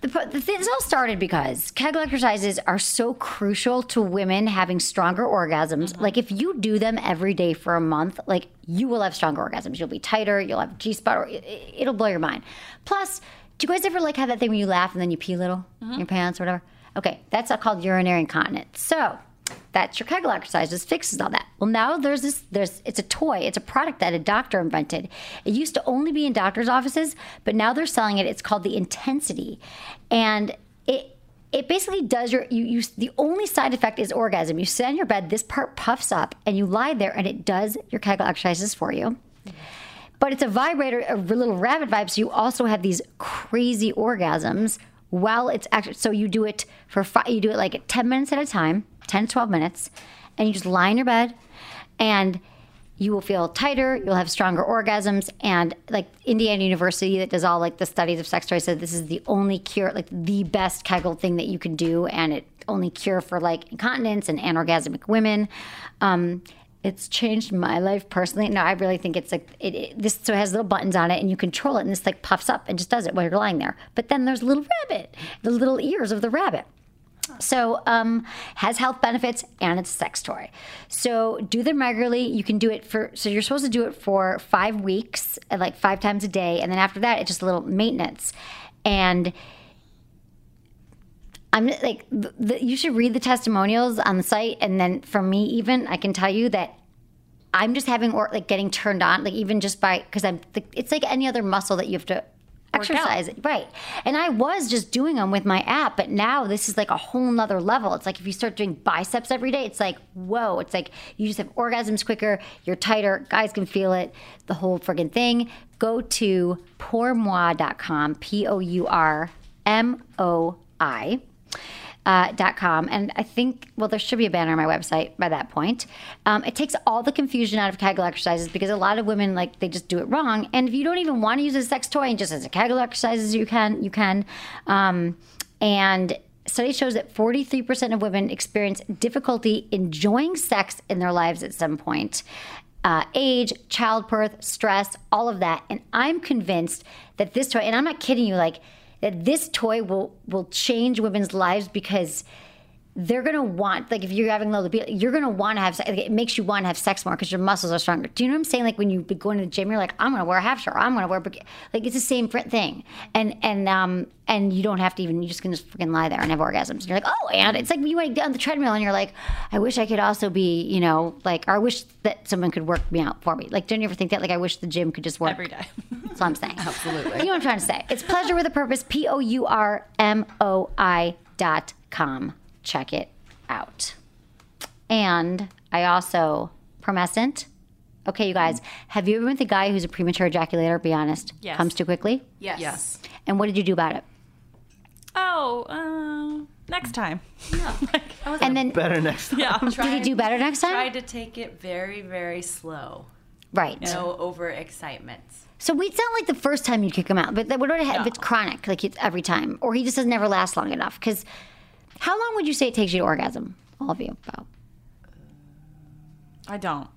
Speaker 1: The, pro- the things all started because Kegel exercises are so crucial to women having stronger orgasms.
Speaker 12: Mm-hmm.
Speaker 1: Like if you do them every day for a month, like you will have stronger orgasms. You'll be tighter. You'll have G spot. Or it, it- it'll blow your mind. Plus, do you guys ever like have that thing when you laugh and then you pee a little
Speaker 12: Mm-hmm.
Speaker 1: in your pants or whatever? Okay, that's called urinary incontinence. So that's your Kegel exercise. Just fixes all that. Well, now there's this. There's it's a toy. It's a product that a doctor invented. It used to only be in doctors' offices, but now they're selling it. It's called the Intensity, and it it basically does your you, you the only side effect is orgasm. You sit on your bed, this part puffs up, and you lie there, and it does your Kegel exercises for you. But it's a vibrator, a little rabbit vibe. So you also have these crazy orgasms while it's actually. So you do it for five, you do it like at 10 minutes at a time, 10 to 12 minutes, and you just lie in your bed and you will feel tighter, you'll have stronger orgasms. And like Indiana University, that does all like the studies of sex toys, said this is the only cure, like the best Kegel thing that you can do. And it only cure for like incontinence and anorgasmic women. Um, it's changed my life personally. No, I really think it's like it, it, this. So it has little buttons on it, and you control it, and this like puffs up and just does it while you're lying there. But then there's a little rabbit, the little ears of the rabbit. So, um, has health benefits and it's a sex toy. So, do them regularly. You can do it for, so you're supposed to do it for five weeks, uh, like five times a day. And then after that, it's just a little maintenance. And I'm like, the, the, you should read the testimonials on the site. And then from me, even, I can tell you that I'm just having, or like getting turned on, like even just by, because I'm, it's like any other muscle that you have to exercise right and i was just doing them with my app but now this is like a whole nother level it's like if you start doing biceps every day it's like whoa it's like you just have orgasms quicker you're tighter guys can feel it the whole friggin' thing go to pourmoi.com p-o-u-r-m-o-i uh, dot com and I think well there should be a banner on my website by that point. Um, it takes all the confusion out of Kegel exercises because a lot of women like they just do it wrong. And if you don't even want to use a sex toy and just as a Kegel exercises you can you can. Um, and study shows that 43% of women experience difficulty enjoying sex in their lives at some point. Uh, age, childbirth, stress, all of that. And I'm convinced that this toy, and I'm not kidding you, like that this toy will will change women's lives because they're gonna want like if you're having low libido, you're gonna want to have sex. Like, it makes you want to have sex more because your muscles are stronger. Do you know what I'm saying? Like when you be going to the gym, you're like, I'm gonna wear a half shirt. I'm gonna wear a bik-" like it's the same fr- thing. And and um and you don't have to even you just can just freaking lie there and have orgasms. And you're like, oh, and it's like you went on the treadmill and you're like, I wish I could also be you know like or I wish that someone could work me out for me. Like don't you ever think that like I wish the gym could just work every
Speaker 12: day.
Speaker 1: That's what I'm saying.
Speaker 9: Absolutely.
Speaker 1: You know what I'm trying to say. It's pleasure with a purpose, P O U R M O I dot com. Check it out. And I also, promescent. Okay, you guys, have you ever been with a guy who's a premature ejaculator? Be honest.
Speaker 12: Yes.
Speaker 1: Comes too quickly?
Speaker 12: Yes. Yes.
Speaker 1: And what did you do about it?
Speaker 12: Oh, uh, next time.
Speaker 1: and then
Speaker 2: better next time.
Speaker 12: Yeah.
Speaker 1: Did he do better next time?
Speaker 13: Try to take it very, very slow.
Speaker 1: Right.
Speaker 13: No overexcitement.
Speaker 1: So we sound like the first time you kick him out, but that- what about if it's chronic, like it's every time, or he just doesn't ever last long enough? Because how long would you say it takes you to orgasm? All of you, about.
Speaker 12: I don't.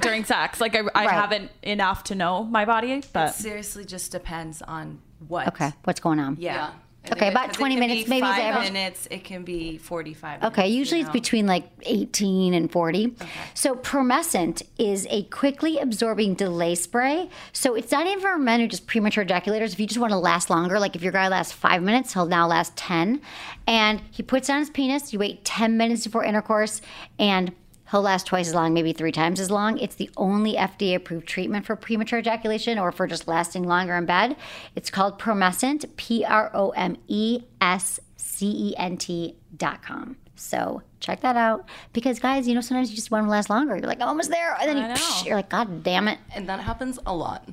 Speaker 12: during sex, like I, I haven't enough to know my body, but
Speaker 13: It seriously just depends on what
Speaker 1: Okay, what's going on?
Speaker 13: yeah. And
Speaker 1: Okay,
Speaker 13: if it-
Speaker 1: about
Speaker 13: 'cause it
Speaker 1: 20
Speaker 13: can be
Speaker 1: minutes, maybe is the
Speaker 13: Five
Speaker 1: average-
Speaker 13: minutes. It can be forty-five.
Speaker 1: Okay,
Speaker 13: minutes, you
Speaker 1: usually it's
Speaker 13: know?
Speaker 1: between like 18 and 40. So promescent is a quickly absorbing delay spray. So it's not even for men who just premature ejaculators. If you just want to last longer, like if your guy lasts five minutes, he'll now last 10. And he puts it on his penis, you wait 10 minutes before intercourse, and he'll last twice as long, maybe three times as long. It's the only FDA approved treatment for premature ejaculation or for just lasting longer in bed. It's called Promescent, P R O M E S C E N T dot com. So check that out because guys, you know sometimes you just want to last longer. You're like I'm almost there, and then you,
Speaker 9: I know.
Speaker 1: psh, you're like, God damn it!
Speaker 9: And that happens a lot.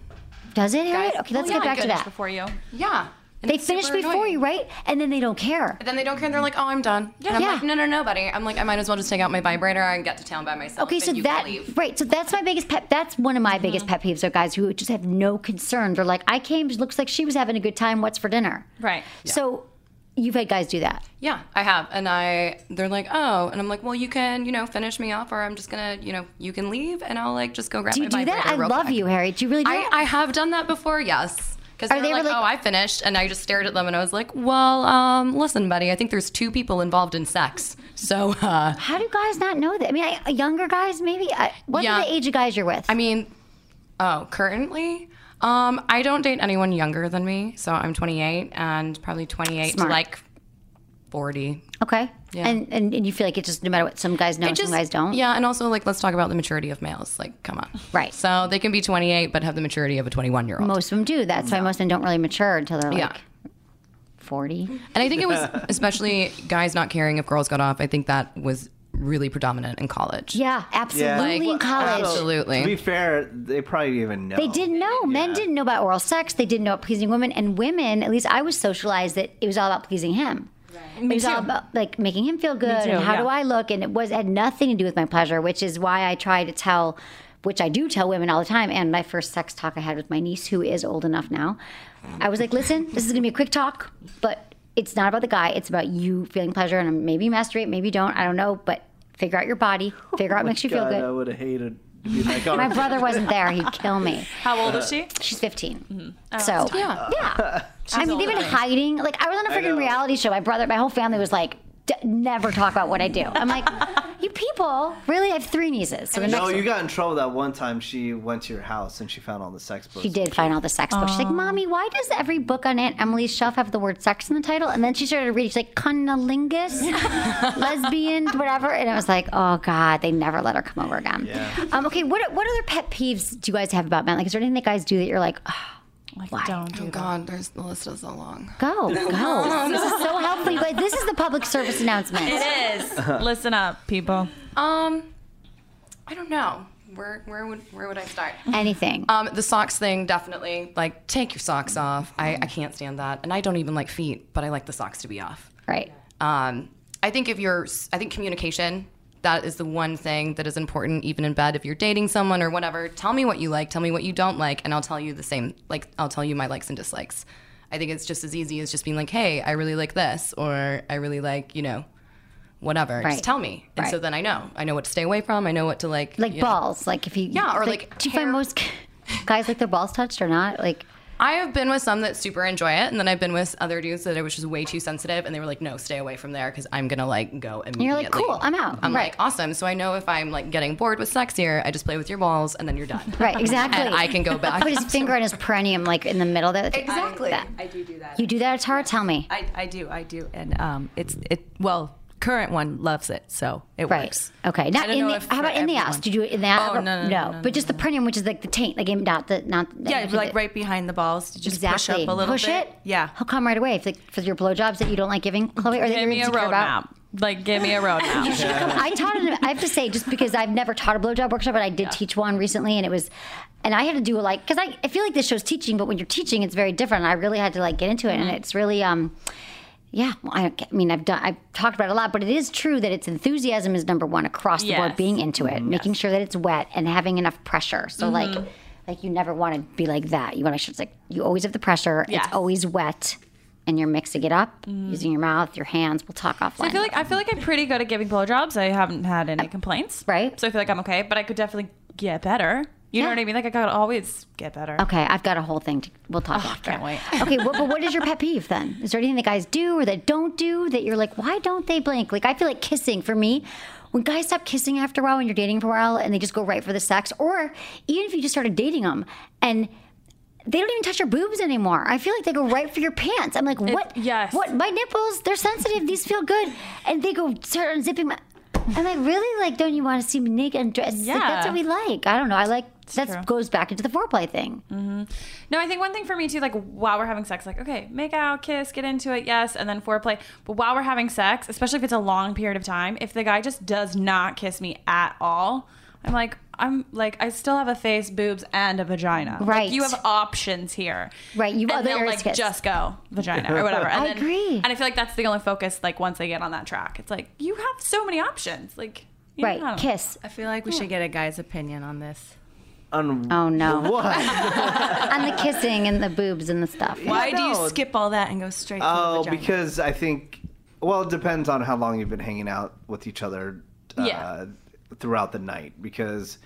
Speaker 1: Does it? Harriet? Okay, let's get back to that.
Speaker 9: oh Before you, yeah. And
Speaker 1: They
Speaker 9: it's
Speaker 1: finish
Speaker 9: super
Speaker 1: before
Speaker 9: annoying.
Speaker 1: you, right? And then they don't care.
Speaker 9: Then they don't care. and They're like, "Oh, I'm done." And I'm
Speaker 1: Yeah.
Speaker 9: like, "No, no, no, buddy." I'm like, "I might as well just take out my vibrator and get to town by myself."
Speaker 1: Okay,
Speaker 9: and
Speaker 1: so
Speaker 9: you
Speaker 1: that
Speaker 9: can leave. Mm-hmm.
Speaker 1: right, so that's my biggest pet. That's one of my biggest pet peeves are guys who just have no concern. They're like, I came, looks like she was having a good time. What's for dinner?
Speaker 12: Right.
Speaker 1: So you've had guys do that.
Speaker 9: Yeah, I have. And I they're like, "Oh." And I'm like, "Well, you can, you know, finish me up or I'm just going to, you know, you can leave and I'll like just go grab
Speaker 1: Do you
Speaker 9: my
Speaker 1: do that?
Speaker 9: vibrator
Speaker 1: I
Speaker 9: real
Speaker 1: love
Speaker 9: quick."
Speaker 1: you, Harry. Do you really do
Speaker 9: I,
Speaker 1: that?
Speaker 9: I have done that before, yes. Because
Speaker 1: Are
Speaker 9: they were
Speaker 1: they
Speaker 9: like,
Speaker 1: really-
Speaker 9: oh, I finished. And I just stared at them and I was like, well, um, listen, buddy, I think there's two people involved in sex. So, uh,
Speaker 1: How do guys not know that? I mean, I, younger guys maybe. I, what
Speaker 9: Yeah.
Speaker 1: are the age of guys you're with?
Speaker 9: I mean, oh, currently? Um, I don't date anyone younger than me. So I'm 28 and probably 28
Speaker 1: Smart.
Speaker 9: to like 40.
Speaker 1: Okay. And, and and you feel like it just no matter what some guys know,
Speaker 9: It
Speaker 1: and some guys don't.
Speaker 9: Yeah, and also like let's talk about the maturity of males. Like, come on.
Speaker 1: Right.
Speaker 9: So they can be 28 but have the maturity of a 21 year old.
Speaker 1: Most of them do. That's why most of them don't really mature until they're like
Speaker 9: Yeah.
Speaker 1: 40.
Speaker 9: And I think it was especially guys not caring if girls got off. I think that was really predominant in college.
Speaker 1: Yeah, absolutely.
Speaker 9: Like,
Speaker 1: in college.
Speaker 9: Absolutely.
Speaker 2: To be fair, they probably didn't even know.
Speaker 1: They didn't
Speaker 12: Oh,
Speaker 1: know. Men didn't know about oral sex. They didn't know about pleasing women. And women, at least I was socialized that it was all about pleasing him. It was all about like making him feel good
Speaker 12: too,
Speaker 1: and how do
Speaker 12: yeah.
Speaker 1: I look? And it was had nothing to do with my pleasure, which is why I try to tell, which I do tell women all the time. And my first sex talk I had with my niece, who is old enough now,
Speaker 12: Um.
Speaker 1: I was like, listen, this is gonna be a quick talk, but it's not about the guy. It's about you feeling pleasure, and maybe you masturbate, maybe you don't. I don't know, but figure out your body, figure
Speaker 12: Oh
Speaker 1: out what makes you
Speaker 2: God, I
Speaker 1: feel
Speaker 2: would have hated to be like, "Oh,
Speaker 1: good. My brother wasn't there; he'd kill me.
Speaker 12: How old is she?
Speaker 1: She's 15. So
Speaker 9: yeah,
Speaker 1: yeah. I mean,
Speaker 12: older
Speaker 1: even
Speaker 12: than me.
Speaker 1: hiding. Like I was on a
Speaker 2: I know.
Speaker 1: freaking reality show. My brother, my whole family was like, D- never talk about what I do. I'm like, you people really I have three nieces. So the next
Speaker 2: No, you
Speaker 1: one-
Speaker 2: got in trouble that one time. She went to your house and she found all the sex books.
Speaker 1: she did find all the sex books. She's like, Mommy, why does every book on Aunt Emily's shelf have the word sex in the title? And then she started reading. She's like, cunnilingus, lesbian, whatever. And I was like, oh, God, they never let her come over again.
Speaker 2: Yeah.
Speaker 1: Um, okay, what, what other pet peeves do you guys have about men? Like, is there anything that guys do that you're like, oh, why?
Speaker 12: Don't do
Speaker 9: Oh God, there's the list is so long.
Speaker 1: Go, go. this is so helpful. But this is the public service announcement.
Speaker 12: It is. Listen up, people.
Speaker 9: Um, I don't know. Where where would where would I start?
Speaker 1: Anything.
Speaker 13: Uh,
Speaker 9: Um, the socks thing definitely. Like, take your socks off. I, I can't stand that, and I don't even like feet, but I like the socks to be off.
Speaker 1: Right.
Speaker 9: Um, I think if you're, I think communication. That is the one thing that is important, even in bed. If you're dating someone or whatever, tell me what you like, tell me what you don't like, and I'll tell you the same. Like, I'll tell you my likes and dislikes. I think it's just as easy as just being like, hey, I really like this, or I really like, you know, whatever.
Speaker 1: Right.
Speaker 9: Just tell me. And so
Speaker 1: Right.
Speaker 9: then I know. I know what to stay away from. I know what to like.
Speaker 1: Like
Speaker 9: you know.
Speaker 1: balls. Like if you.
Speaker 9: Yeah, or, like,
Speaker 1: do you find most guys like their balls touched or not? Like.
Speaker 9: I have been with some that super enjoy it, and then I've been with other dudes that it was just way too sensitive, and they were like, "No, stay away from there because I'm gonna like go immediately."
Speaker 1: you're like, cool, I'm out.
Speaker 9: I'm
Speaker 1: Right.
Speaker 9: like, awesome. So I know if I'm like getting bored with sex here, I just play with your balls, and then you're done.
Speaker 1: Right, exactly.
Speaker 9: And I can go back.
Speaker 1: Put his finger in his perineum, like in the middle there. Like,
Speaker 13: Exactly.
Speaker 1: that.
Speaker 13: I do do that.
Speaker 1: You do that, Tara? Tell me.
Speaker 13: I, I do. I do. And um, it's it. Well, current one loves it, so it
Speaker 1: Right.
Speaker 13: works.
Speaker 1: Okay.
Speaker 13: I
Speaker 1: Not
Speaker 13: don't
Speaker 1: in
Speaker 13: know
Speaker 1: the.
Speaker 13: if
Speaker 1: How
Speaker 13: for
Speaker 1: about in the ass?
Speaker 13: everyone.
Speaker 1: Did you do it in that?
Speaker 13: Oh,
Speaker 1: or-
Speaker 13: no, no, no, no,
Speaker 1: But just the perineum, which is like the taint, like not the not.
Speaker 13: Yeah,
Speaker 1: the-
Speaker 13: like right behind the balls. You just
Speaker 1: Exactly.
Speaker 13: push up a little
Speaker 1: Push
Speaker 13: bit.
Speaker 1: it.
Speaker 13: Yeah.
Speaker 1: He'll come right away. If like for your blowjobs that you don't like giving, Chloe, or that
Speaker 12: Give
Speaker 1: you're
Speaker 12: me a
Speaker 1: insecure about.
Speaker 12: roadmap. Like, give me a roadmap.
Speaker 1: I taught it. I have to say, just because I've never taught a blowjob workshop, but I did teach one recently, and it was, and I had to do a like because I, I feel like this show's teaching, but when you're teaching, it's very different. I really had to like get into it,
Speaker 12: Mm-hmm.
Speaker 1: and it's really um. Yeah, well, I, I mean, I've done, I've talked about it a lot, but it is true that it's enthusiasm is number one across the board.
Speaker 12: Yes. Mm-hmm.
Speaker 1: Being into it, making sure that it's wet, and having enough pressure. So like, like you never want to be like that. You want to make sure it's like you always have the pressure.
Speaker 12: Yes. Mm-hmm.
Speaker 1: It's always wet, and you're mixing it up using your mouth, your hands. We'll talk offline.
Speaker 12: I feel like I feel like I'm pretty good at giving blowjobs. I haven't had any complaints.
Speaker 1: Right.
Speaker 12: So I feel like I'm okay, but I could definitely get better. You know what I mean? Like I could always get better.
Speaker 1: Okay, I've got a whole thing. To, we'll talk after.
Speaker 12: Oh, can't wait.
Speaker 1: okay, what, but what is your pet peeve then? Is there anything that guys do or that don't do that you're like, why don't they blink? Like I feel like kissing for me. When guys stop kissing after a while, when you're dating for a while, and they just go right for the sex, or even if you just started dating them and they don't even touch your boobs anymore. I feel like they go right for your pants. I'm like, what? yes. What? My nipples, they're sensitive. These feel good. And they go start unzipping my. I'm like, really? Like, don't you want to see me naked and dressed? Like, that's
Speaker 12: Yeah.
Speaker 1: what we like. I don't know. I like, that goes back into the foreplay thing.
Speaker 12: hmm No, I think one thing for me too, like while we're having sex, like okay, make out, kiss, get into it, yes, and then foreplay. But while we're having sex, especially if it's a long period of time, if the guy just does not kiss me at all, I'm like, I'm like, I still have a face, boobs, and a vagina. Like,
Speaker 1: Right.
Speaker 12: you have options here.
Speaker 1: Right. You
Speaker 12: and
Speaker 1: other
Speaker 12: they'll
Speaker 1: areas
Speaker 12: like
Speaker 1: kiss.
Speaker 12: just go vagina or whatever. And
Speaker 1: I
Speaker 12: then,
Speaker 1: agree.
Speaker 12: And I feel like that's the only focus. Like once they get on that track, it's like you have so many options. Like you know, I don't know.
Speaker 1: Kiss.
Speaker 9: I feel like we should get a guy's opinion on this.
Speaker 2: On
Speaker 1: oh no.
Speaker 2: What?
Speaker 1: On the kissing and the boobs and the stuff.
Speaker 13: Why do
Speaker 2: no.
Speaker 13: you skip all that and go straight to
Speaker 2: Oh,
Speaker 13: the vagina?
Speaker 2: because I think, well, it depends on how long you've been hanging out with each other uh,
Speaker 13: Yeah.
Speaker 2: throughout the night because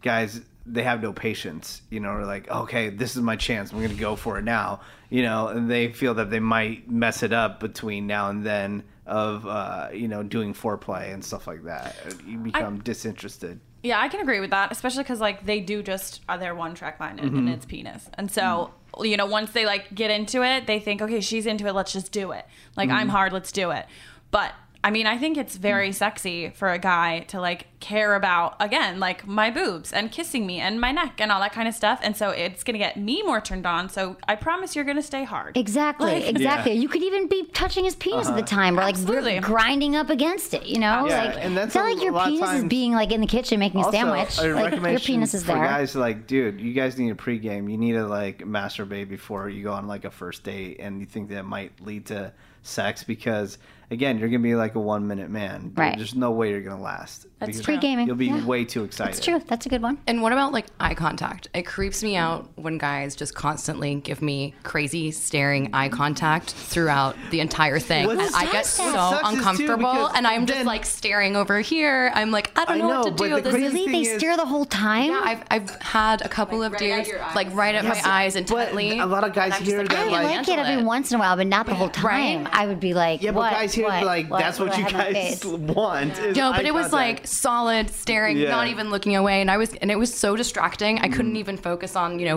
Speaker 2: guys, they have no patience. You know, they're like, okay, this is my chance. I'm going to go for it now. You know, and they feel that they might mess it up between now and then of, uh, you know, doing foreplay and stuff like that. You become disinterested.
Speaker 12: Yeah, I can agree with that, especially because like they do just are their one track line
Speaker 9: Mm-hmm.
Speaker 12: and, and
Speaker 2: Mhm.
Speaker 12: it's penis, and so you know once they like get into it, they think, okay, she's into it, let's just do it. Like
Speaker 9: Mm-hmm.
Speaker 12: I'm
Speaker 11: Mhm.
Speaker 12: hard, let's do it. But I mean, I think it's very sexy for a guy to like care about again, like my boobs and kissing me and my neck and all that kind of stuff, and so it's gonna get me more turned on. So I promise you're gonna stay hard.
Speaker 1: Exactly.
Speaker 12: Like-
Speaker 1: exactly. You could even be touching his penis at
Speaker 2: Uh-huh.
Speaker 1: the time, or like really grinding up against it. You know,
Speaker 2: Yeah,
Speaker 1: like
Speaker 2: and that's
Speaker 1: it's not
Speaker 2: a
Speaker 1: like your
Speaker 2: lot of
Speaker 1: penis is
Speaker 2: times-
Speaker 1: being like in the kitchen making a sandwich.
Speaker 2: a
Speaker 1: Like your
Speaker 2: recommendation
Speaker 1: penis is
Speaker 2: for
Speaker 1: there.
Speaker 2: Guys, like, dude, you guys need a pregame. You need to like masturbate before you go on like a first date, and you think that might lead to sex because again, you're gonna be like a one minute man.
Speaker 1: Right.
Speaker 2: There's no way you're gonna last.
Speaker 9: That's
Speaker 2: Because
Speaker 9: true. Pregaming,
Speaker 2: You'll be
Speaker 9: yeah.
Speaker 2: way too excited.
Speaker 1: That's a good one.
Speaker 9: And what about like eye contact? It creeps me out when guys just constantly give me crazy staring eye contact throughout the entire thing.
Speaker 2: What
Speaker 9: and I get
Speaker 2: sucks-
Speaker 9: so
Speaker 2: what sucks is, too,
Speaker 9: uncomfortable
Speaker 2: because
Speaker 9: and I'm just like staring over here. I'm like, I don't
Speaker 2: I
Speaker 9: know,
Speaker 2: know,
Speaker 9: what
Speaker 2: but
Speaker 9: to do.
Speaker 2: the crazy Really? They thing is- stare
Speaker 1: the whole time?
Speaker 9: Yeah, I've, I've had a couple of dudes like right at
Speaker 1: Yes,
Speaker 9: my eyes intently.
Speaker 2: A lot of guys
Speaker 9: I'm just
Speaker 2: here
Speaker 9: like,
Speaker 2: that
Speaker 9: I
Speaker 1: I
Speaker 9: can't
Speaker 1: like it
Speaker 9: handle
Speaker 1: every once in a while, but not the whole time. I would be like,
Speaker 2: Yeah, but
Speaker 1: what,
Speaker 2: guys here
Speaker 1: what,
Speaker 2: like that's
Speaker 1: do
Speaker 2: what,
Speaker 1: I
Speaker 2: you
Speaker 1: have in my
Speaker 2: guys
Speaker 1: face?
Speaker 2: want. is
Speaker 9: No, but
Speaker 2: eye
Speaker 9: it was
Speaker 2: contact.
Speaker 9: like solid staring,
Speaker 2: Yeah. Mm.
Speaker 9: not even looking away, and I was, and it was so distracting. I couldn't even focus on, you know,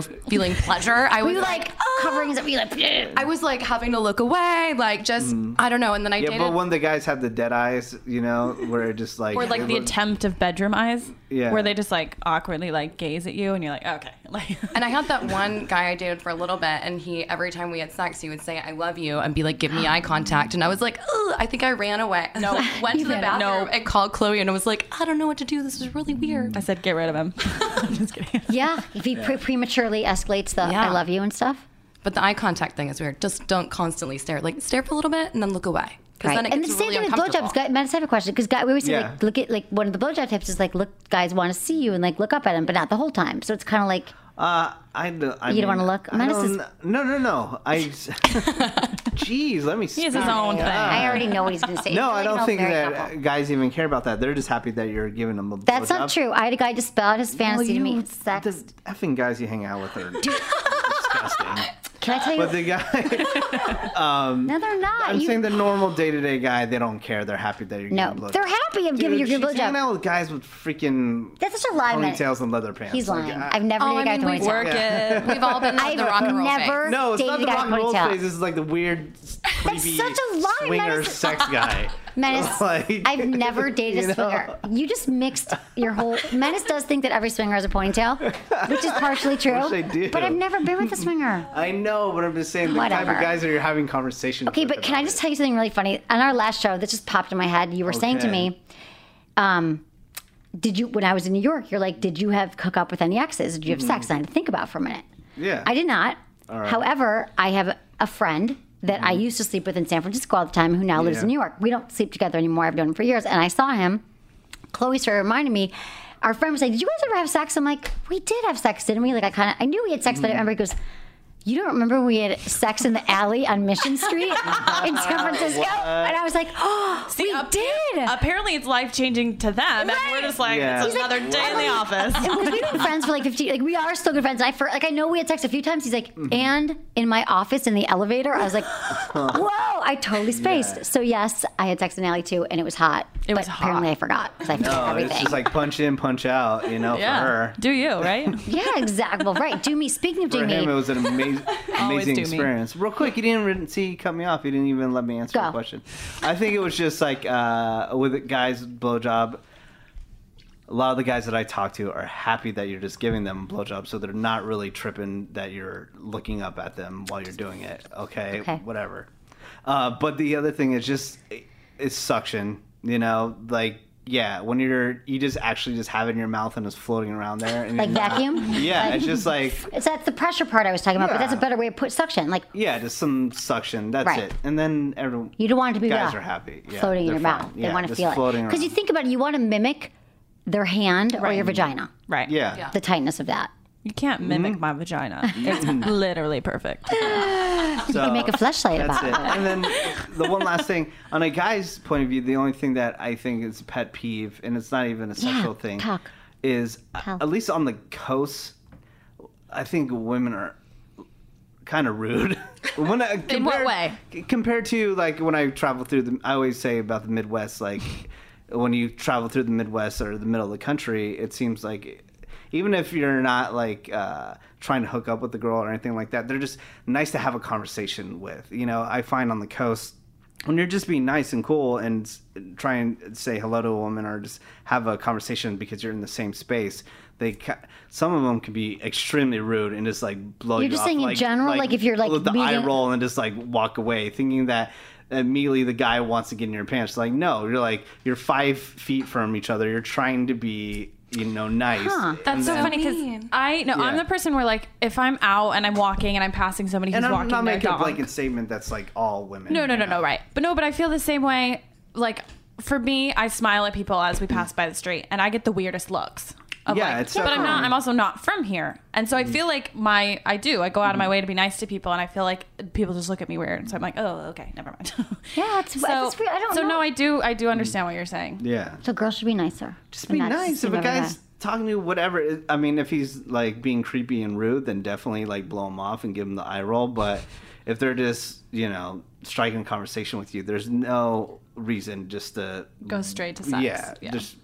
Speaker 9: feeling pleasure. I
Speaker 1: Were
Speaker 9: was
Speaker 1: you, like, covering his, you like,
Speaker 9: I was like having to look away, like just I don't know. And then I
Speaker 2: Mm. yeah,
Speaker 9: dated,
Speaker 2: but when the guys have the dead eyes, you know, where it just like
Speaker 12: or like
Speaker 2: it
Speaker 12: the
Speaker 2: looks-
Speaker 12: attempt of bedroom eyes,
Speaker 2: Yeah.
Speaker 12: where they just like awkwardly like gaze at you, and you're like, okay, like
Speaker 9: and I had that one guy I dated for a little bit, and he every time we had sex, he would say I love you and be like give me eye contact, and I was like, Ugh, I think I ran away. No, went to the
Speaker 12: ran-
Speaker 9: bathroom and called Chloe, and I was like, I don't know what to do. This is really weird.
Speaker 12: I said, get rid of him.
Speaker 1: yeah, if he pre- prematurely escalates the I love you and stuff.
Speaker 9: But the eye contact thing is weird. Just don't constantly stare. Like stare for a little bit and then look away. 'Cause
Speaker 1: Right.
Speaker 9: then it
Speaker 1: and the
Speaker 9: gets
Speaker 1: same
Speaker 9: really
Speaker 1: thing with
Speaker 9: uncomfortable.
Speaker 1: blowjobs. Guy, Matt, I have a question because we always say
Speaker 9: Yeah.
Speaker 1: like, look at like one of the blowjob tips is like, look, guys want to see you and like look up at him, but not the whole time. So it's kind of like
Speaker 2: Uh, I, don't- I
Speaker 1: You don't
Speaker 2: mean,
Speaker 1: wanna look?
Speaker 2: I
Speaker 1: Mine is
Speaker 2: don't-
Speaker 1: his-
Speaker 2: No, no, no. I. Jeez, let me.
Speaker 1: has his own thing. I already know what he's gonna say. He's
Speaker 2: Uh. No,
Speaker 1: gonna make it
Speaker 2: I don't
Speaker 1: all
Speaker 2: think
Speaker 1: very
Speaker 2: that
Speaker 1: couple.
Speaker 2: guys even care about that. They're just happy that you're giving them a.
Speaker 1: that's
Speaker 2: blowjob.
Speaker 1: not true. I had a guy just spell out his fantasy
Speaker 2: you-
Speaker 1: to me. Sex.
Speaker 2: Effing guys you hang out with are disgusting.
Speaker 1: Can I tell you?
Speaker 2: But the guy. um,
Speaker 1: no, they're not.
Speaker 2: I'm
Speaker 1: You-
Speaker 2: saying the normal day to day guy, they don't care. They're happy that you're
Speaker 1: No,
Speaker 2: giving blowjobs.
Speaker 1: they're happy I'm
Speaker 2: Dude,
Speaker 1: giving you a good
Speaker 2: she's
Speaker 1: blowjob.
Speaker 2: hanging out with guys with freaking
Speaker 1: That's such a lie, man.
Speaker 2: ponytails and leather pants.
Speaker 1: He's
Speaker 2: Like, uh,
Speaker 1: lying.
Speaker 2: I-
Speaker 1: I've
Speaker 9: Oh,
Speaker 1: never dated a guy with a ponytail. I've never
Speaker 2: No, it's not
Speaker 1: dated a
Speaker 2: the
Speaker 1: guy
Speaker 2: rock
Speaker 1: with
Speaker 2: and
Speaker 1: a
Speaker 2: roll
Speaker 1: ponytail.
Speaker 2: phase. It's like the weird, creepy
Speaker 1: such a lie,
Speaker 2: swinger
Speaker 1: Madison.
Speaker 2: sex guy.
Speaker 1: Menace,
Speaker 2: Like-
Speaker 1: I've never dated
Speaker 2: you
Speaker 1: a
Speaker 2: know?
Speaker 1: swinger. You just mixed your whole. Menace does think that every swinger has a ponytail, which is partially true.
Speaker 2: Wish they do.
Speaker 1: But I've never been with a swinger.
Speaker 2: I know, but I'm just saying the type
Speaker 1: Whatever.
Speaker 2: of guys that you're having conversations
Speaker 1: Okay, but can I just tell you something really funny? On our last show, this just popped in my head. You were saying to
Speaker 2: Okay.
Speaker 1: me, um, did you, when I was in New York, you're like, did you have hook up with any exes? Did you have
Speaker 2: Hmm.
Speaker 1: sex? And I had to think about it for a minute.
Speaker 2: Yeah.
Speaker 1: I did not.
Speaker 2: All right.
Speaker 1: However, I have a friend that I used to sleep with in San Francisco all the time who now lives in
Speaker 14: Yeah.
Speaker 1: New York. We don't sleep together anymore. I've known him for years. And I saw him. Chloe started reminding me, our friend was like, Did you guys ever have sex? I'm like, We did have sex, didn't we? Like, I kind of, I knew we had sex, but I
Speaker 14: Mhm.
Speaker 1: remember he goes, you don't remember we had sex in the alley on Mission Street in San Francisco?
Speaker 12: What?
Speaker 1: And I was like, oh, we did.
Speaker 12: Apparently, it's life changing to them, and we're just like,
Speaker 1: Yeah.
Speaker 12: it's
Speaker 1: He's like,
Speaker 12: another day in the office.
Speaker 1: Because we've been friends for like 15, like we are still good friends. And I, for, like, I know we had sex a few times. He's like,
Speaker 2: Mm-hmm.
Speaker 1: and in my office in the elevator, I was like, whoa, I totally spaced. So yes, I had sex in the alley too, and it was hot. It was hot. Apparently I forgot because I forgot
Speaker 2: No,
Speaker 1: everything.
Speaker 2: it's just like punch in, punch out, you know,
Speaker 1: Yeah.
Speaker 2: for her.
Speaker 12: Do you, right?
Speaker 1: yeah, exactly. Well, right. Do me. Speaking of
Speaker 2: For
Speaker 1: do
Speaker 2: him, it
Speaker 1: me.
Speaker 2: was an amazing,
Speaker 1: Always
Speaker 2: amazing
Speaker 1: do me.
Speaker 2: experience. Real quick, you didn't even see you cut me off. You didn't even let me answer the question. I think it was just like uh, with a guys' blowjob. A lot of the guys that I talk to are happy that you're just giving them a blowjob, so they're not really tripping that you're looking up at them while you're doing it. Okay,
Speaker 14: Okay.
Speaker 2: whatever. Uh, but the other thing is just it- it's suction. You know, like yeah, when you're you just actually just have it in your mouth and it's floating around there. And
Speaker 1: Like
Speaker 2: you're not-
Speaker 1: vacuum?
Speaker 2: Yeah,
Speaker 1: Like-
Speaker 2: it's just like
Speaker 1: It's that's the pressure part I was talking about, but
Speaker 2: Yeah.
Speaker 1: that's a better way to put suction. Like
Speaker 2: yeah, just some suction. That's
Speaker 1: Right.
Speaker 2: it. And then everyone.
Speaker 1: You don't want it to be
Speaker 2: guys
Speaker 1: raw.
Speaker 2: are happy. Yeah,
Speaker 1: floating in
Speaker 2: they're
Speaker 1: your
Speaker 2: fine.
Speaker 1: mouth.
Speaker 2: Yeah,
Speaker 1: they want to
Speaker 2: just
Speaker 1: feel it.
Speaker 2: floating
Speaker 1: Because you
Speaker 2: around.
Speaker 1: think about it, you want to mimic their hand or your
Speaker 12: Right.
Speaker 1: vagina.
Speaker 12: Right.
Speaker 2: Yeah.
Speaker 1: The tightness of that.
Speaker 12: You can't mimic my vagina. It's literally perfect.
Speaker 1: you can make a fleshlight
Speaker 2: that's
Speaker 1: about it.
Speaker 2: And then the one last thing, on a guy's point of view, the only thing that I think is a pet peeve, and it's not even a
Speaker 1: Yeah,
Speaker 2: sexual thing,
Speaker 1: cock.
Speaker 2: is uh, at least on the coast, I think women are kind of rude. when I,
Speaker 12: In what way?
Speaker 2: compared to like when I travel through the, I always say about the Midwest, like when you travel through the Midwest or the middle of the country, it seems like even if you're not like uh, trying to hook up with the girl or anything like that, they're just nice to have a conversation with. You know, I find on the coast when you're just being nice and cool and s- try and say hello to a woman or just have a conversation because you're in the same space. They ca- some of them can be extremely rude and just like blow
Speaker 1: You're
Speaker 2: you
Speaker 1: just
Speaker 2: off,
Speaker 1: saying in general, like if you're, like,
Speaker 2: with the eye
Speaker 1: meeting-
Speaker 2: roll and just like walk away, thinking that immediately the guy wants to get in your pants. Like, no, you're like you're five feet from each other. You're trying to be, you know, nice.
Speaker 12: Huh.
Speaker 2: And
Speaker 12: That's so
Speaker 2: then-
Speaker 12: funny because I no, I'm
Speaker 2: Yeah.
Speaker 12: the person where like if I'm out and I'm walking and I'm passing somebody who's
Speaker 2: And I'm
Speaker 12: walking
Speaker 2: not
Speaker 12: their
Speaker 2: making a
Speaker 12: dog.
Speaker 2: blanket statement that's like all women.
Speaker 12: No, no, no, no, right. But no, but I feel the same way. Like for me, I smile at people as
Speaker 1: Mm.
Speaker 12: we pass by the street, and I get the weirdest looks. Of
Speaker 2: Yeah,
Speaker 12: like,
Speaker 2: it's
Speaker 12: but I'm
Speaker 2: definitely-
Speaker 12: not. I'm also not from here, and
Speaker 1: Mm.
Speaker 12: so I feel like my I do. I go out of my way to be nice to people, and I feel like people just look at me weird. So I'm like, oh, okay, never mind.
Speaker 1: yeah, it's,
Speaker 12: so
Speaker 1: it's weird. I don't
Speaker 12: so
Speaker 1: know. Mm.
Speaker 12: no, I do. I do understand what you're saying.
Speaker 2: Yeah.
Speaker 1: So girls should be nicer. Just
Speaker 2: Be nice if a guy's talking to whatever. I mean, if he's like being creepy and rude, then definitely like blow him off and give him the eye roll. But if they're just you know striking a conversation with you, there's no reason just to
Speaker 12: Go straight to sex.
Speaker 2: Yeah,
Speaker 12: Yeah.
Speaker 2: just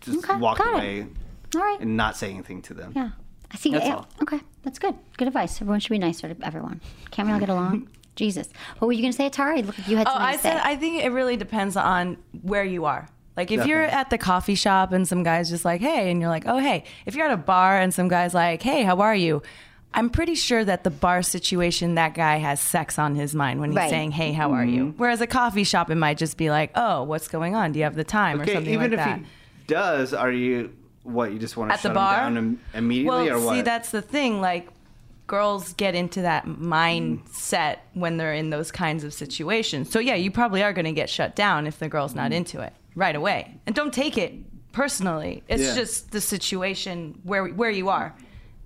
Speaker 2: just
Speaker 1: Okay,
Speaker 2: walk
Speaker 1: got it.
Speaker 2: away
Speaker 1: All right.
Speaker 2: and not say anything to them.
Speaker 1: Yeah. I see.
Speaker 2: That's
Speaker 1: yeah.
Speaker 2: all.
Speaker 1: Okay. That's good. Good advice. Everyone should be nicer to everyone. Can't we all get along? Jesus. What were you going to say, Atari? Look, you had
Speaker 13: Oh,
Speaker 1: something
Speaker 13: I
Speaker 1: to say.
Speaker 13: said I think it really depends on where you are. Like if you're
Speaker 1: Definitely.
Speaker 13: at the coffee shop and some guys just like, "Hey," and you're like, "Oh, hey." If you're at a bar and some guys like, "Hey, how are you?" I'm pretty sure that the bar situation that guy has sex on his mind when he's
Speaker 11: Right.
Speaker 13: saying, "Hey, how are
Speaker 2: Mm-hmm.
Speaker 13: you?" Whereas a coffee shop it might just be like, "Oh, what's going on? Do you have the time?" or
Speaker 2: Okay,
Speaker 13: something
Speaker 2: even
Speaker 13: like
Speaker 2: if
Speaker 13: that.
Speaker 2: he does, are you what? You just want to
Speaker 13: At the
Speaker 2: shut him
Speaker 13: bar?
Speaker 2: down im- immediately,
Speaker 13: well,
Speaker 2: or what?
Speaker 13: see, that's the thing. Like, girls get into that mindset when they're in those kinds of situations. So yeah, you probably are going to get shut down if the girl's
Speaker 1: Mm-hmm.
Speaker 13: not into it right away. And don't take it personally. It's
Speaker 11: Yeah.
Speaker 13: just the situation where where you are.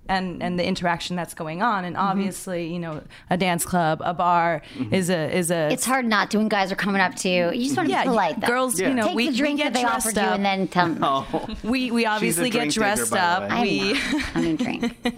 Speaker 13: And, and the interaction that's going on,
Speaker 1: Mm-hmm.
Speaker 13: and obviously, you know, a dance club, a bar is a is a.
Speaker 1: It's hard not to when guys are coming up to you. You just want to
Speaker 13: Yeah,
Speaker 1: be polite. Though.
Speaker 13: girls, you know,
Speaker 1: Take
Speaker 13: we-
Speaker 1: the
Speaker 13: we
Speaker 1: drink
Speaker 13: get
Speaker 1: that they offered
Speaker 13: dressed
Speaker 1: you
Speaker 13: up.
Speaker 1: and then tell them.
Speaker 2: Oh.
Speaker 13: We we obviously get
Speaker 1: drink taker,
Speaker 13: dressed
Speaker 1: by the
Speaker 13: up.
Speaker 1: way. I'm
Speaker 13: we
Speaker 1: I mean, drink.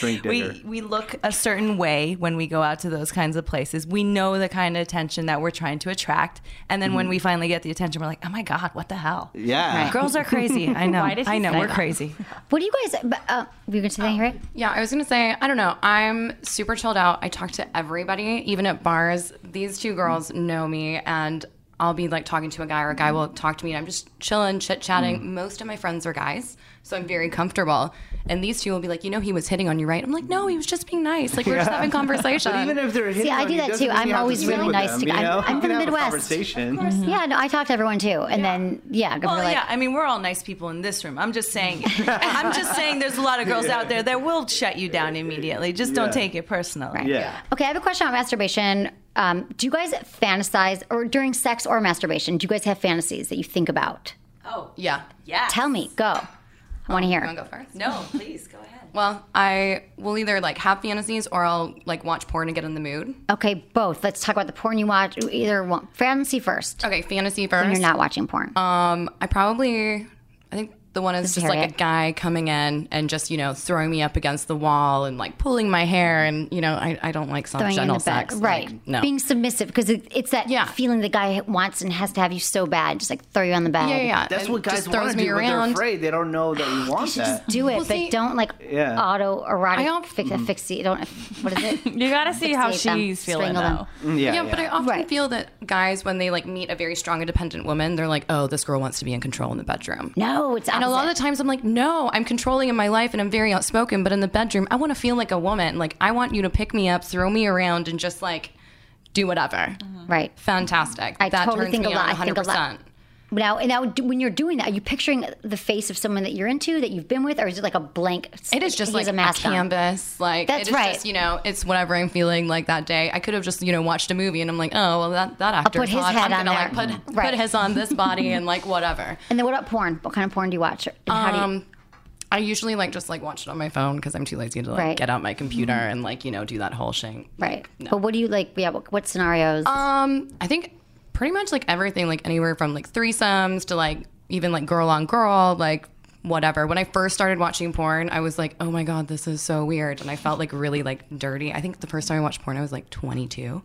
Speaker 2: Drink digger.
Speaker 13: we we look a certain way when we go out to those kinds of places. We know the kind of attention that we're trying to attract, and then when
Speaker 11: Mhm.
Speaker 13: we finally get the attention, we're like, "Oh my god, what the hell?"
Speaker 11: Yeah. Right.
Speaker 13: girls are crazy. I know.
Speaker 11: Why did he
Speaker 13: I know.
Speaker 11: say
Speaker 13: We're
Speaker 11: that?
Speaker 13: crazy.
Speaker 1: What do you guys? but, Uh, were you going to say
Speaker 13: Oh.
Speaker 1: anything, right?
Speaker 9: Yeah, I was gonna say, I don't know. I'm super chilled out. I talk to everybody, even at bars. These two girls know me, and I'll be like talking to a guy, or a guy will talk to me, and I'm just chilling, chit chatting.
Speaker 11: Mm.
Speaker 9: Most of my friends are guys, so I'm very comfortable. And these two will be like, you know, he was hitting on you, right? I'm like, no, he was just being nice. Like we we're just
Speaker 2: Yeah.
Speaker 9: having conversation.
Speaker 2: But even if they're hitting
Speaker 1: um, See, I
Speaker 2: on
Speaker 1: do
Speaker 2: you,
Speaker 1: that
Speaker 2: doesn't
Speaker 1: too.
Speaker 2: mean
Speaker 1: I'm
Speaker 2: you have to
Speaker 1: always
Speaker 2: sit
Speaker 1: really
Speaker 2: with
Speaker 1: nice
Speaker 2: them,
Speaker 1: to-
Speaker 2: you
Speaker 1: I'm-
Speaker 2: know?
Speaker 1: I'm from the
Speaker 2: You can have a
Speaker 1: Midwest. Mm-hmm.
Speaker 2: Conversation.
Speaker 1: Yeah, no, I talk to everyone too, and then yeah,
Speaker 13: Well,
Speaker 1: we're like,
Speaker 13: yeah. I mean, we're all nice people in this room. I'm just saying. I'm just saying. There's a lot of girls out there that will shut you down immediately. Just don't
Speaker 1: Yeah.
Speaker 13: take it personally.
Speaker 1: Yeah. Okay, I have a question on masturbation. Um, do you guys fantasize, or during sex or masturbation, do you guys have fantasies that you think about?
Speaker 9: oh yeah,
Speaker 1: Yeah. Tell me. Go. I want to hear.
Speaker 9: You wanna go first?
Speaker 13: No, please go ahead.
Speaker 9: Well, I will either like have fantasies or I'll like watch porn and get in the mood.
Speaker 1: Okay, both. Let's talk about the porn you watch. Either one. Fantasy first.
Speaker 9: Okay, fantasy first.
Speaker 1: When you're not watching porn.
Speaker 9: Um, I probably, I think the one is
Speaker 1: This is
Speaker 9: just like a
Speaker 1: Harriet.
Speaker 9: guy coming in and just you know throwing me up against the wall and like pulling my hair and you know I, I don't like some
Speaker 1: Throwing you in
Speaker 9: genital
Speaker 1: the bed.
Speaker 9: sex.
Speaker 1: Right.
Speaker 9: Like, no.
Speaker 1: Being submissive because it, it's that feeling the guy wants and has to have you so bad. Just like throw you on the bed.
Speaker 2: That's what guys want to do, but they're afraid. They don't know that you want that.
Speaker 1: Do it, but don't like
Speaker 2: Yeah.
Speaker 1: auto erotic
Speaker 2: I
Speaker 1: don't, fix,
Speaker 2: Mhm.
Speaker 1: asphyxi- Don't what is it?
Speaker 12: you gotta
Speaker 9: see how she's feeling,
Speaker 1: though.
Speaker 9: Yeah, but I often feel that guys, when they like meet a very strong, independent woman, they're like, "Oh, this girl wants to be in control in the bedroom."
Speaker 1: No, it's
Speaker 9: and a lot of the times I'm like, "No, I'm controlling in my life, and I'm very outspoken, but in the bedroom, I want to feel like a woman. Like I want you to pick me up, throw me around, and just like do whatever."
Speaker 1: Right.
Speaker 9: Fantastic.
Speaker 1: I
Speaker 9: that
Speaker 1: totally
Speaker 9: turns
Speaker 1: think
Speaker 9: me
Speaker 1: a lot.
Speaker 9: on
Speaker 1: I think a
Speaker 9: 100%.
Speaker 1: lot. Now, and now, do- when you're doing that, are you picturing the face of someone that you're into, that you've been with, or is it like a blank?
Speaker 9: It is just
Speaker 1: he
Speaker 9: like
Speaker 1: has a, mask
Speaker 9: a
Speaker 1: on?
Speaker 9: canvas. Like
Speaker 1: That's
Speaker 9: it is
Speaker 1: right.
Speaker 9: Just, you know, it's whatever I'm feeling like that day. I could have just you know watched a movie and I'm like, oh well, that that actor
Speaker 1: put
Speaker 9: is
Speaker 1: his
Speaker 9: hot.
Speaker 1: head
Speaker 9: I'm
Speaker 1: on
Speaker 9: gonna
Speaker 1: there.
Speaker 9: like put
Speaker 1: Right.
Speaker 9: put his on this body and like whatever.
Speaker 1: And then what about porn? What kind of porn do you watch? And how do you-
Speaker 9: Um, I usually like just like watch it on my phone because I'm too lazy to like
Speaker 1: Right.
Speaker 9: get out my computer and like you know do that whole thing.
Speaker 1: right. But what do you like? Yeah. What, what scenarios?
Speaker 9: Um, I think pretty much like everything, like anywhere from like threesomes to like even like girl on girl, like whatever. When I first started watching porn, I was like, oh my god, this is so weird, and I felt like really like dirty. I think the first time I watched porn, I was like 22.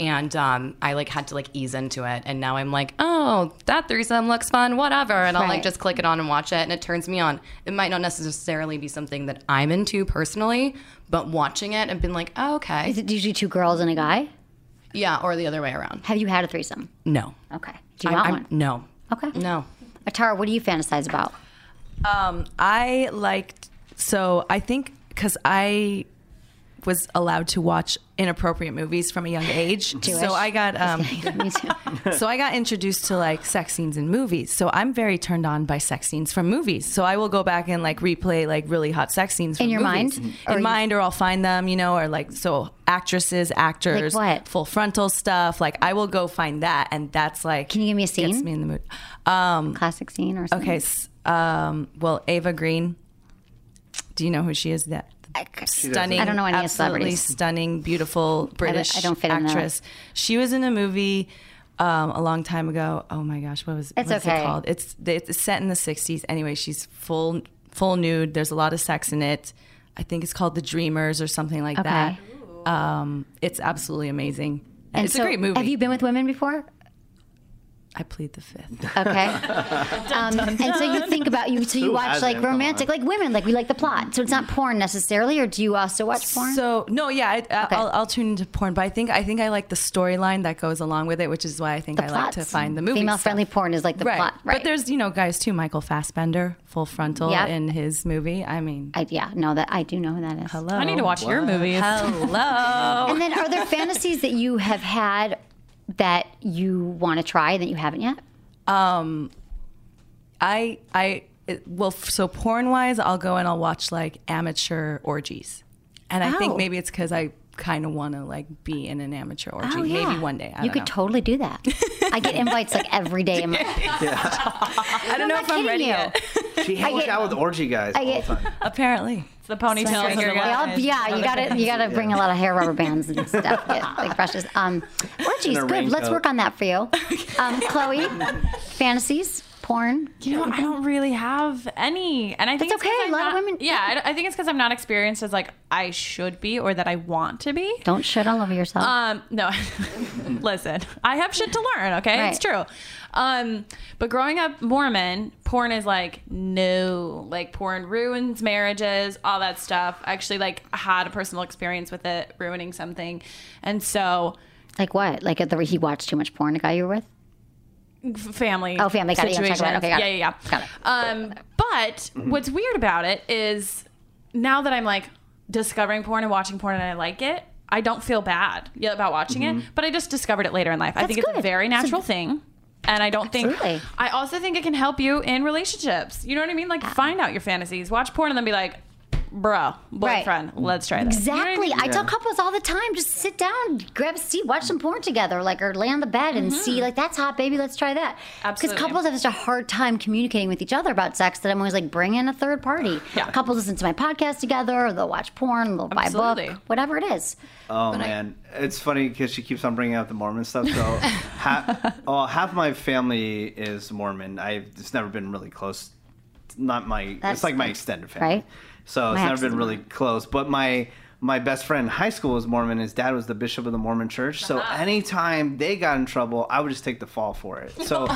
Speaker 9: And um, I like had to like ease into it, and now I'm like, oh, that threesome looks fun, whatever, and I'll
Speaker 1: Right.
Speaker 9: like just click it on and watch it, and it turns me on. It might not necessarily be something that I'm into personally, but watching it and being like, oh, okay,
Speaker 1: is it usually two girls and a guy?
Speaker 9: yeah, or the other way around.
Speaker 1: Have you had a threesome?
Speaker 9: No.
Speaker 1: Okay. Do you
Speaker 9: I'm-
Speaker 1: want
Speaker 9: I'm-
Speaker 1: one?
Speaker 9: No.
Speaker 1: Okay.
Speaker 9: No.
Speaker 1: Atara, what do you fantasize about?
Speaker 13: Um, I liked so I think because I was allowed to watch inappropriate movies from a young age,
Speaker 11: Jewish.
Speaker 13: so I got um,
Speaker 1: Me too.
Speaker 13: so I got introduced to like sex scenes in movies. So I'm very turned on by sex scenes from movies. So I will go back and like replay like really hot sex scenes from
Speaker 1: In your mind?
Speaker 13: movies. in
Speaker 1: Or you-
Speaker 13: mind, or I'll find them, you know, or like so actresses, actors,
Speaker 1: what?
Speaker 13: full frontal stuff. Like I will go find that, and that's like. Can
Speaker 1: you give me a scene?
Speaker 13: Gets me in the mood. Um,
Speaker 1: Classic scene or something?
Speaker 13: okay. s- Um, well, Ava Green. Do you know who she is? That
Speaker 1: doesn't.
Speaker 13: stunning.
Speaker 1: I don't know any of the
Speaker 13: absolutely
Speaker 1: celebrities.
Speaker 13: stunning, beautiful British
Speaker 1: I don't fit in that.
Speaker 13: actress. She was in a movie um, a long time ago. Oh my gosh, what was
Speaker 1: It's
Speaker 13: what's
Speaker 1: okay.
Speaker 13: it called? It's it's set in the '60s. Anyway, she's full full nude. There's a lot of sex in it. I think it's called The Dreamers or something like
Speaker 1: Okay.
Speaker 13: that. Um, it's absolutely amazing. And it's
Speaker 1: so,
Speaker 13: a great movie.
Speaker 1: Have you been with women before?
Speaker 13: I plead the fifth.
Speaker 1: Okay. Um, and so you think about you, so you
Speaker 13: Who
Speaker 1: watch
Speaker 13: hasn't?
Speaker 1: like
Speaker 13: Come
Speaker 1: romantic, like women, like we like the plot. So it's not porn necessarily, or do you also watch porn?
Speaker 13: So no, yeah, I, I- I'll, I'll tune into porn, but I think I think I like the storyline that goes along with it, which is why I think I like to find the movie.
Speaker 1: Female friendly porn is like the
Speaker 13: right.
Speaker 1: plot,
Speaker 13: But
Speaker 1: right?
Speaker 13: there's you know guys too, Michael Fassbender, full frontal
Speaker 1: Yeah.
Speaker 13: in his movie. I mean,
Speaker 1: I, yeah, no, that I do know who that is.
Speaker 13: Hello,
Speaker 12: I need to watch your movies.
Speaker 13: Hello.
Speaker 1: and then are there fantasies that you have had that you want to try that you haven't yet?
Speaker 13: Um, I I it- well, f- so porn wise, I'll go and I'll watch like amateur orgies, and I
Speaker 1: Oh.
Speaker 13: think maybe it's because I kind of want to like be in an amateur orgy,
Speaker 1: Oh, yeah.
Speaker 13: maybe one day. I
Speaker 1: you
Speaker 13: don't
Speaker 1: could
Speaker 13: know.
Speaker 1: totally do that. I get invites like every day. In my,
Speaker 13: I don't know if I'm ready
Speaker 1: you.
Speaker 13: yet.
Speaker 2: She
Speaker 1: I
Speaker 2: hangs
Speaker 1: get-
Speaker 2: out with orgy guys
Speaker 1: I
Speaker 2: all
Speaker 1: get-
Speaker 2: the time.
Speaker 13: Apparently,
Speaker 12: it's the ponytail
Speaker 1: Sorry.
Speaker 12: and your
Speaker 1: Well,
Speaker 12: line.
Speaker 1: yeah, you gotta you gotta bring a lot of hair rubber bands and stuff, get, like brushes. Um, orgies,
Speaker 12: And a
Speaker 1: good. Let's
Speaker 12: raincoat.
Speaker 1: work on that for you. Um, Chloe, fantasies, porn.
Speaker 12: You know, I don't really have any, and I think
Speaker 1: That's
Speaker 12: it's 'cause
Speaker 1: okay.
Speaker 12: I'm
Speaker 1: A lot of
Speaker 12: not-
Speaker 1: women-
Speaker 12: Yeah, I d- I, think it's because I'm not experienced as like I should be or that I want to be.
Speaker 1: Don't shit all over yourself.
Speaker 12: Um, no, listen, I have shit to learn. Okay, it's true. Um, but growing up Mormon, porn is like no, like porn ruins marriages, all that stuff. I actually like had a personal experience with it ruining something, and so
Speaker 1: like what? Like at the he watched too much porn. The guy you were with.
Speaker 12: f- family.
Speaker 1: Oh, family. Got it. You don't talk about it. Okay, got
Speaker 12: yeah,
Speaker 1: it.
Speaker 12: yeah, yeah.
Speaker 1: Got it.
Speaker 12: Um, but what's weird about it is now that I'm like discovering porn and watching porn and I like it, I don't feel bad yet about watching
Speaker 11: Mhm.
Speaker 1: Mm-hmm.
Speaker 12: it. But I just discovered it later in life. I think it's a very natural thing. And I don't think
Speaker 11: Absolutely.
Speaker 12: I
Speaker 1: Ah.
Speaker 12: also think it can help you in relationships. You know what I mean? Like find out your fantasies, watch porn and then be like, bro, boyfriend, let's try this.
Speaker 1: Exactly.
Speaker 12: You know what
Speaker 1: I
Speaker 12: mean?
Speaker 1: tell couples all the time, just sit down, grab a seat, watch some porn together, like or lay on the bed and see, like that's hot, baby, let's try that. Because
Speaker 12: Absolutely.
Speaker 1: couples have such a hard time communicating with each other about sex that I'm always like, bring in a third party. Couples listen to my podcast together, or they'll watch porn, they'll buy a
Speaker 2: Absolutely.
Speaker 1: book, whatever it is.
Speaker 2: Oh
Speaker 1: But I-
Speaker 2: man, it's funny because she keeps on bringing up the Mormon stuff. So, ha- oh, half my family is Mormon. I've it's never been really close. Not my.
Speaker 14: That's
Speaker 2: it's like my
Speaker 14: good,
Speaker 2: extended family.
Speaker 14: right?
Speaker 2: So
Speaker 14: My
Speaker 2: it's
Speaker 14: ex
Speaker 2: never
Speaker 14: is
Speaker 2: been really close. But my my best friend in high school was Mormon. His dad was the bishop of the Mormon Church. So
Speaker 14: Uh-huh.
Speaker 2: anytime they got in trouble, I would just take the fall for it. So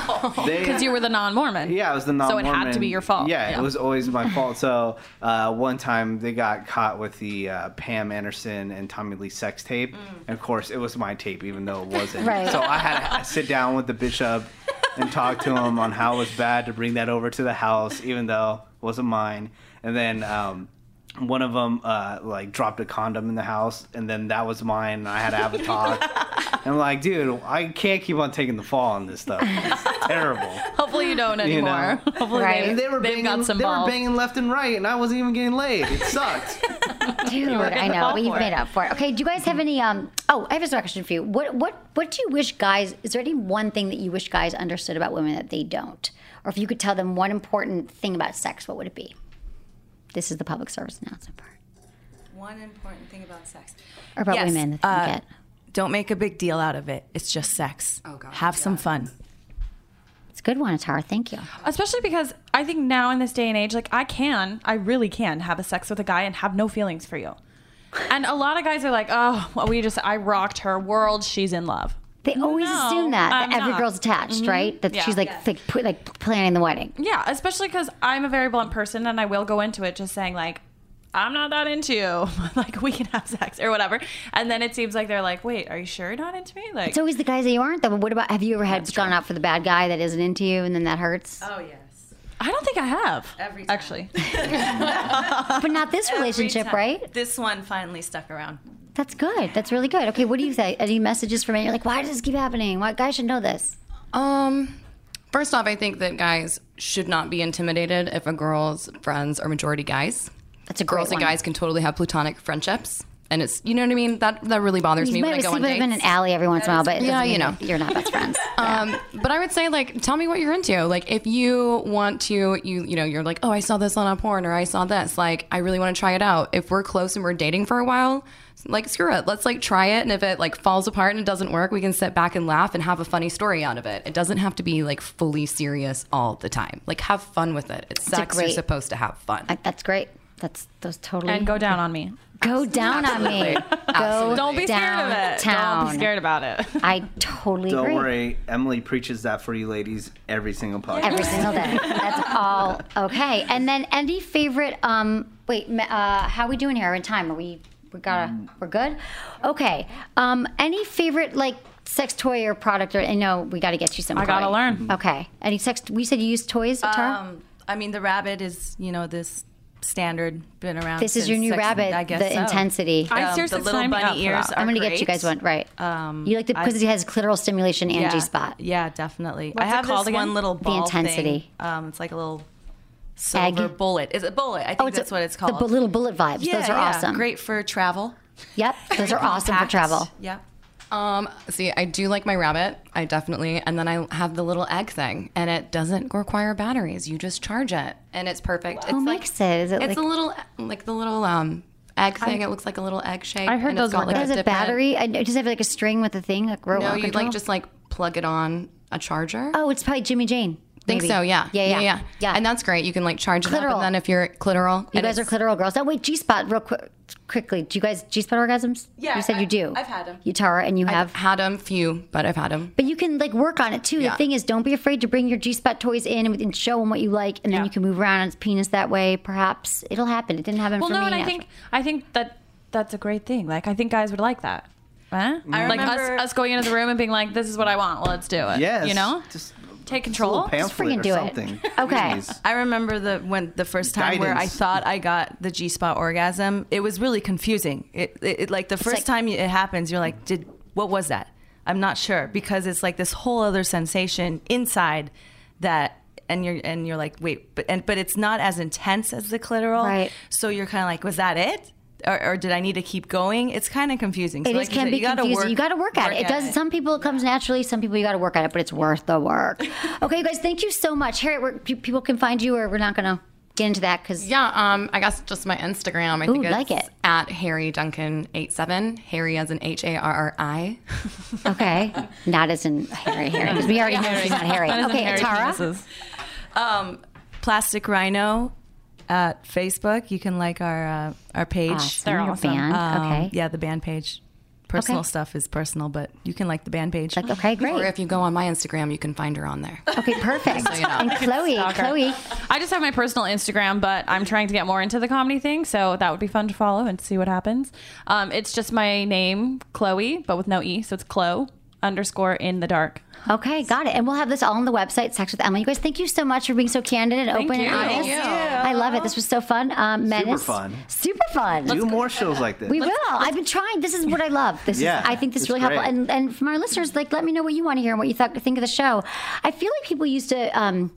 Speaker 2: they-
Speaker 12: Because you were the non-Mormon.
Speaker 2: yeah, it was the
Speaker 12: So
Speaker 2: non-Mormon.
Speaker 12: it had to be your fault.
Speaker 2: Yeah, it was always my fault. So uh, one time they got caught with the uh, Pam Anderson and Tommy Lee sex tape,
Speaker 12: Mm.
Speaker 2: and of course it was my tape, even though it wasn't.
Speaker 14: Right.
Speaker 2: So I had to sit down with the bishop and talk to him on how it was bad to bring that over to the house, even though it wasn't mine. And then. Um, one of them uh, like dropped a condom in the house, and then that was mine. And I had to have a talk. and I'm like, dude, I can't keep on taking the fall on this stuff. It's terrible.
Speaker 12: Hopefully you don't
Speaker 2: You know.
Speaker 12: anymore. Hopefully
Speaker 2: Right.
Speaker 12: they,
Speaker 2: And they
Speaker 12: were banging, got some
Speaker 2: they
Speaker 12: balls.
Speaker 2: were banging left and right, and I wasn't even getting laid. It sucked.
Speaker 1: Dude,
Speaker 2: were
Speaker 1: I
Speaker 2: getting
Speaker 1: know
Speaker 2: all
Speaker 1: we've
Speaker 2: for
Speaker 1: made
Speaker 2: it.
Speaker 1: up for it. Okay, do you guys have any? Um, oh, I have a question for you. What what what do you wish guys? Is there any one thing that you wish guys understood about women that they don't? Or if you could tell them one important thing about sex, what would it be? This is the public service announcement part.
Speaker 13: One important thing about sex.
Speaker 1: Or about women that they
Speaker 13: uh,
Speaker 1: get.
Speaker 13: Don't make a big deal out of it. It's just sex. Oh, God. Have some fun.
Speaker 1: It's a good one, Atara. Thank you.
Speaker 12: Especially because I think now in this day and age, like I can, I really can have a sex with a guy and have no feelings for you. And a lot of guys are like, oh, well, we just, I rocked her world. She's in love.
Speaker 1: They always
Speaker 12: No,
Speaker 1: assume that, that
Speaker 12: I'm
Speaker 1: every
Speaker 12: not.
Speaker 1: girl's attached,
Speaker 12: Mhm.
Speaker 1: right? That
Speaker 12: Yeah.
Speaker 1: she's like
Speaker 12: Yeah.
Speaker 1: like, put, like planning the wedding.
Speaker 12: Yeah, especially because I'm a very blunt person and I will go into it just saying, like, I'm not that into you. like, we can have sex or whatever. And then it seems like they're like, wait, are you sure you're not into me? Like,
Speaker 1: It's always the guys that you aren't. Though, what about? Have you ever had gone out for the bad guy that isn't into you, and then that hurts?
Speaker 13: Oh, yes.
Speaker 12: I don't think I have.
Speaker 13: Every
Speaker 12: Actually.
Speaker 1: but not this
Speaker 13: Every
Speaker 1: relationship,
Speaker 13: time.
Speaker 1: right?
Speaker 13: This one finally stuck around.
Speaker 1: That's good. That's really good. Okay, what do you say? Any messages from it? You're like, why does this keep happening? Why guys should know this?
Speaker 9: Um, first off, I think that guys should not be intimidated if a girl's friends are majority guys.
Speaker 1: That's a
Speaker 9: girls
Speaker 1: great
Speaker 9: and
Speaker 1: one.
Speaker 9: guys can totally have platonic frientships, and it's you know what I mean. That that really bothers
Speaker 1: you
Speaker 9: me
Speaker 1: might
Speaker 9: when I go
Speaker 1: sleep
Speaker 9: on
Speaker 1: with
Speaker 9: dates.
Speaker 1: them in an alley every once in a while, but it
Speaker 9: Yeah,
Speaker 1: doesn't
Speaker 9: you
Speaker 1: mean
Speaker 9: know.
Speaker 1: that you're not best friends.
Speaker 9: Um, but I would say like, tell me what you're into. Like, if you want to, you you know, you're like, oh, I saw this on a porn or I saw this. Like, I really want to try it out. If we're close and we're dating for a while, like, screw it, let's like try it. And if it like falls apart and it doesn't work, we can sit back and laugh and have a funny story out of it. It doesn't have to be like fully serious all the time. Like, have fun with it. It's
Speaker 1: It's a
Speaker 9: sex.
Speaker 1: great-
Speaker 9: you're supposed to have fun.
Speaker 1: that's great. That's those totally.
Speaker 12: And go down on me.
Speaker 1: Go down on me. Go
Speaker 12: Don't be scared of it. Don't
Speaker 1: downtown.
Speaker 12: be scared about it.
Speaker 1: I totally
Speaker 2: Don't
Speaker 1: agree.
Speaker 2: worry, Emily preaches that for you ladies every single podcast.
Speaker 1: Every single day. That's all. Okay. And then any favorite? Um, wait. ma- Uh, how we doing here? Are we in time? Are we? We gotta.
Speaker 13: Mm.
Speaker 1: We're good. Okay. Um, any favorite like sex toy or product? Or I know we got to get you some.
Speaker 13: I gotta
Speaker 1: Chloe.
Speaker 13: learn.
Speaker 1: Okay. Any sex? We said you use toys, Tara?
Speaker 13: Mm-hmm. Um, I mean, the rabbit is, you know, this standard been around.
Speaker 1: This is your
Speaker 13: since
Speaker 1: new
Speaker 13: sex-
Speaker 1: rabbit,
Speaker 13: I guess
Speaker 1: the
Speaker 13: so.
Speaker 1: intensity.
Speaker 13: Um, the little bunny ears. Are
Speaker 1: I'm gonna get you guys one right.
Speaker 13: Um,
Speaker 1: you like the because it
Speaker 13: I-
Speaker 1: has clitoral stimulation and
Speaker 13: Yeah.
Speaker 1: G spot.
Speaker 13: Yeah, definitely.
Speaker 1: What's
Speaker 13: I
Speaker 1: it
Speaker 13: have
Speaker 1: called
Speaker 13: this
Speaker 1: again?
Speaker 13: one little
Speaker 1: The
Speaker 13: ball
Speaker 1: intensity.
Speaker 13: Thing. Um, it's like a little silver
Speaker 1: Aggie?
Speaker 13: bullet. Is it bullet? I think that's what it's
Speaker 1: Oh, The
Speaker 13: called.
Speaker 1: bu- little bullet vibes.
Speaker 13: Yeah,
Speaker 1: Those are
Speaker 13: yeah.
Speaker 1: awesome.
Speaker 13: Great for travel.
Speaker 1: Yep. Those are awesome for travel.
Speaker 13: Yeah.
Speaker 9: Um, see, I do like my rabbit. I definitely, and then I have the little egg thing, and it doesn't require batteries. You just charge it, and it's perfect.
Speaker 1: Who
Speaker 9: it's
Speaker 1: makes it? Is it
Speaker 9: it's
Speaker 1: like-
Speaker 9: a little, like the little um egg thing. it looks like a little egg shape. and it's got, like,
Speaker 1: Has a
Speaker 9: dip in it.
Speaker 1: battery? I, does it have like a string with a thing? Like remote
Speaker 9: No, you
Speaker 1: control?
Speaker 9: like just like plug it on a charger.
Speaker 1: Oh, it's probably Jimmy Jane.
Speaker 9: Think
Speaker 1: maybe.
Speaker 9: so? Yeah.
Speaker 1: Yeah. Yeah.
Speaker 9: yeah, yeah, And that's great. You can like charge it up,
Speaker 1: Clitoral.
Speaker 9: and then if you're clitoral,
Speaker 1: You
Speaker 9: and
Speaker 1: guys are
Speaker 9: it's-
Speaker 1: clitoral girls. Oh wait, G spot real quick, quickly. Do you guys G spot orgasms?
Speaker 9: Yeah,
Speaker 1: you said you
Speaker 9: I-
Speaker 1: do.
Speaker 9: I've had 'em.
Speaker 1: You Tara and you have
Speaker 9: had them few, but I've had them.
Speaker 1: But you can like work on it too.
Speaker 9: Yeah.
Speaker 1: The thing is, don't be afraid to bring your G spot toys in and, and show them what you like, and then you can move around on its penis that way. Perhaps it'll happen. It didn't happen
Speaker 12: Well,
Speaker 1: for
Speaker 12: no,
Speaker 1: me.
Speaker 12: and I
Speaker 1: after-
Speaker 12: think I think that that's a great thing. Like, I think guys would like that. Huh?
Speaker 13: I
Speaker 12: like us,
Speaker 13: remember-
Speaker 12: us going into the room and being like, "This is what I want. Let's do it."
Speaker 13: Yes.
Speaker 12: You know,
Speaker 2: just
Speaker 12: take control.
Speaker 1: Okay.
Speaker 13: I remember the when the first time where I
Speaker 12: Guidance.
Speaker 13: thought I got the G spot orgasm. It was really confusing. It, it, it- like the first
Speaker 12: like-
Speaker 13: time it happens, you're like, did what was that? I'm not sure because it's like this whole other sensation inside that and you're and you're like wait but and but it's not as intense as the clitoral
Speaker 1: Right.
Speaker 13: so you're kind of like was that it or, or did I need to keep going it's kind of confusing so
Speaker 1: It
Speaker 13: like
Speaker 1: just
Speaker 13: you
Speaker 1: can
Speaker 13: said,
Speaker 1: be
Speaker 13: you gotta
Speaker 1: confusing.
Speaker 13: work,
Speaker 1: you got to work at it. It
Speaker 13: at
Speaker 1: does. Some people it comes naturally. Some people you got to work at it, but it's worth the work. okay, you guys, thank you so much. Harriet, where pe- people can find you, or we're not going to get into that because
Speaker 9: Yeah, um, I guess just my Instagram. I
Speaker 1: Ooh,
Speaker 9: think it's
Speaker 1: like it.
Speaker 9: at Harry Duncan eight seven. Harry as an H A R R I.
Speaker 1: okay, not as in Harry Harry because we already know she's not Harry. Okay, Tara.
Speaker 13: Um, Plastic Rhino at Facebook. You can like our uh, our page.
Speaker 1: Awesome, They're your awesome. band,
Speaker 9: Um,
Speaker 1: okay.
Speaker 13: Um, Yeah, the band page. Personal
Speaker 1: Okay.
Speaker 13: stuff is personal, but you can like the band page.
Speaker 1: Like, okay, great.
Speaker 9: Or if you go on my Instagram, you can find her on there.
Speaker 1: Okay, perfect.
Speaker 9: So, you know.
Speaker 1: And Chloe,
Speaker 12: Stalker.
Speaker 1: Chloe,
Speaker 12: I just have my personal Instagram, but I'm trying to get more into the comedy thing, so that would be fun to follow and see what happens. Um, it's just my name, Chloe, but with no e, so it's Chloe underscore in the dark.
Speaker 1: Okay, got it. And we'll have this all on the website, Sex with Emily. You guys, thank you so much for being so candid and
Speaker 2: Thank
Speaker 1: open and
Speaker 2: you.
Speaker 1: honest.
Speaker 2: Thank you.
Speaker 1: I love it. This was so fun. Um, Menace,
Speaker 2: fun.
Speaker 1: Super fun.
Speaker 2: Do more shows like this.
Speaker 1: We will. I've been trying. This is what I love. This
Speaker 2: Yeah,
Speaker 1: is. I think this is
Speaker 2: it's
Speaker 1: really helpful.
Speaker 2: great.
Speaker 1: And and from our listeners, like, let me know what you want to hear and what you thought, think of the show. I feel like people used to. Um,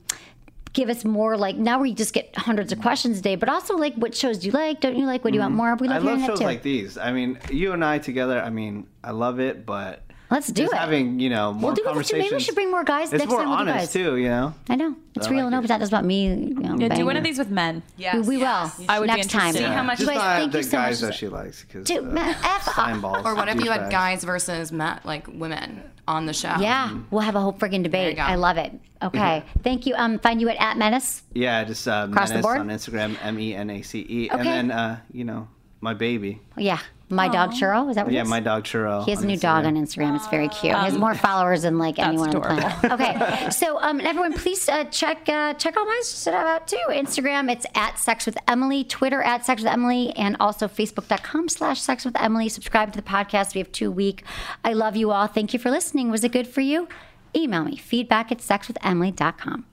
Speaker 1: Give us more like now we just get hundreds of questions a day, but also like what shows do you like? Don't you like? What do you want more? of? We love
Speaker 2: Mm-hmm. I
Speaker 1: hearing
Speaker 2: love shows
Speaker 1: that too.
Speaker 2: like these. I mean, you and I together. I mean, I love it, but
Speaker 1: Let's do
Speaker 2: just
Speaker 1: it.
Speaker 2: Having you know more
Speaker 1: We'll do it. with you.
Speaker 2: conversations.
Speaker 1: Maybe we should bring more guys
Speaker 2: it's
Speaker 1: next
Speaker 2: more
Speaker 1: time with you guys.
Speaker 2: honest too. You know.
Speaker 1: I know it's
Speaker 2: I
Speaker 1: real
Speaker 2: like
Speaker 1: and open. That does about me. You know,
Speaker 12: Yeah, do
Speaker 1: banging
Speaker 12: one
Speaker 1: it.
Speaker 12: of these with men.
Speaker 1: We, we will.
Speaker 12: I would be
Speaker 1: next time.
Speaker 12: interested. See how much-
Speaker 2: Just
Speaker 1: You guys,
Speaker 2: not
Speaker 1: thank
Speaker 2: the
Speaker 1: you so
Speaker 2: guys
Speaker 1: much.
Speaker 2: that she likes. 'cause,
Speaker 1: Dude,
Speaker 2: uh,
Speaker 1: man, F
Speaker 2: sign balls.
Speaker 9: Or what if you had
Speaker 2: douchebags.
Speaker 9: guys versus ma- like women on the show?
Speaker 1: Yeah,
Speaker 2: Mm-hmm.
Speaker 1: we'll have a whole friggin' debate. I love it. Okay, thank you. Um, find you at at menace.
Speaker 2: Yeah, just uh,
Speaker 1: Across the
Speaker 2: Menace
Speaker 1: board?
Speaker 2: on Instagram, M E N A C E,
Speaker 1: Okay.
Speaker 2: and then uh, you know my baby.
Speaker 1: Yeah, my dog churro. Is that what?
Speaker 2: Yeah,
Speaker 1: it is?
Speaker 2: my dog Churro.
Speaker 1: He has a
Speaker 2: on
Speaker 1: new dog on Instagram. It's very cute. he has more followers than like anyone on the planet. Okay, so um, and everyone, please uh, check uh, check all my stuff out too. Instagram, it's at Sex with Emily. Twitter at Sex with Emily, and also Facebook.com slash Sex with Emily. Subscribe to the podcast. We have two a week. I love you all. Thank you for listening. Was it good for you? Email me feedback at sexwithemily.com.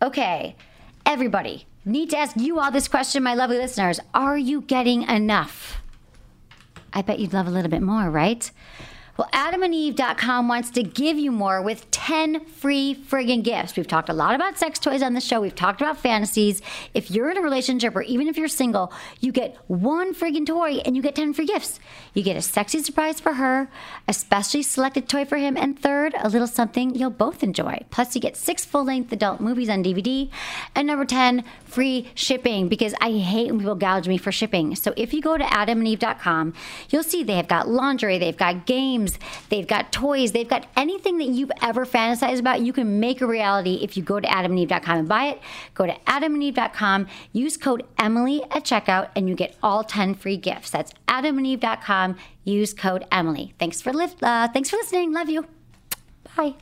Speaker 1: Okay, everybody, need to ask you all this question, my lovely listeners. Are you getting enough? I bet you'd love a little bit more, right? Well, adamandeve.com wants to give you more with 10 free friggin' gifts. We've talked a lot about sex toys on the show. We've talked about fantasies. If you're in a relationship or even if you're single, you get one friggin' toy and you get 10 free gifts. You get a sexy surprise for her, a specially selected toy for him, and third, a little something you'll both enjoy. Plus, you get six full length adult movies on DVD. And number 10, free shipping because I hate when people gouge me for shipping. So if you go to adamandeve.com, you'll see they have got laundry, they've got games, they've got toys, they've got anything that you've ever fantasized about. You can make a reality if you go to adamandeve.com and buy it. Go to adamandeve.com, use code Emily at checkout, and you get all 10 free gifts. That's adamandeve.com, use code Emily. Thanks for, li- uh, thanks for listening. Love you. Bye.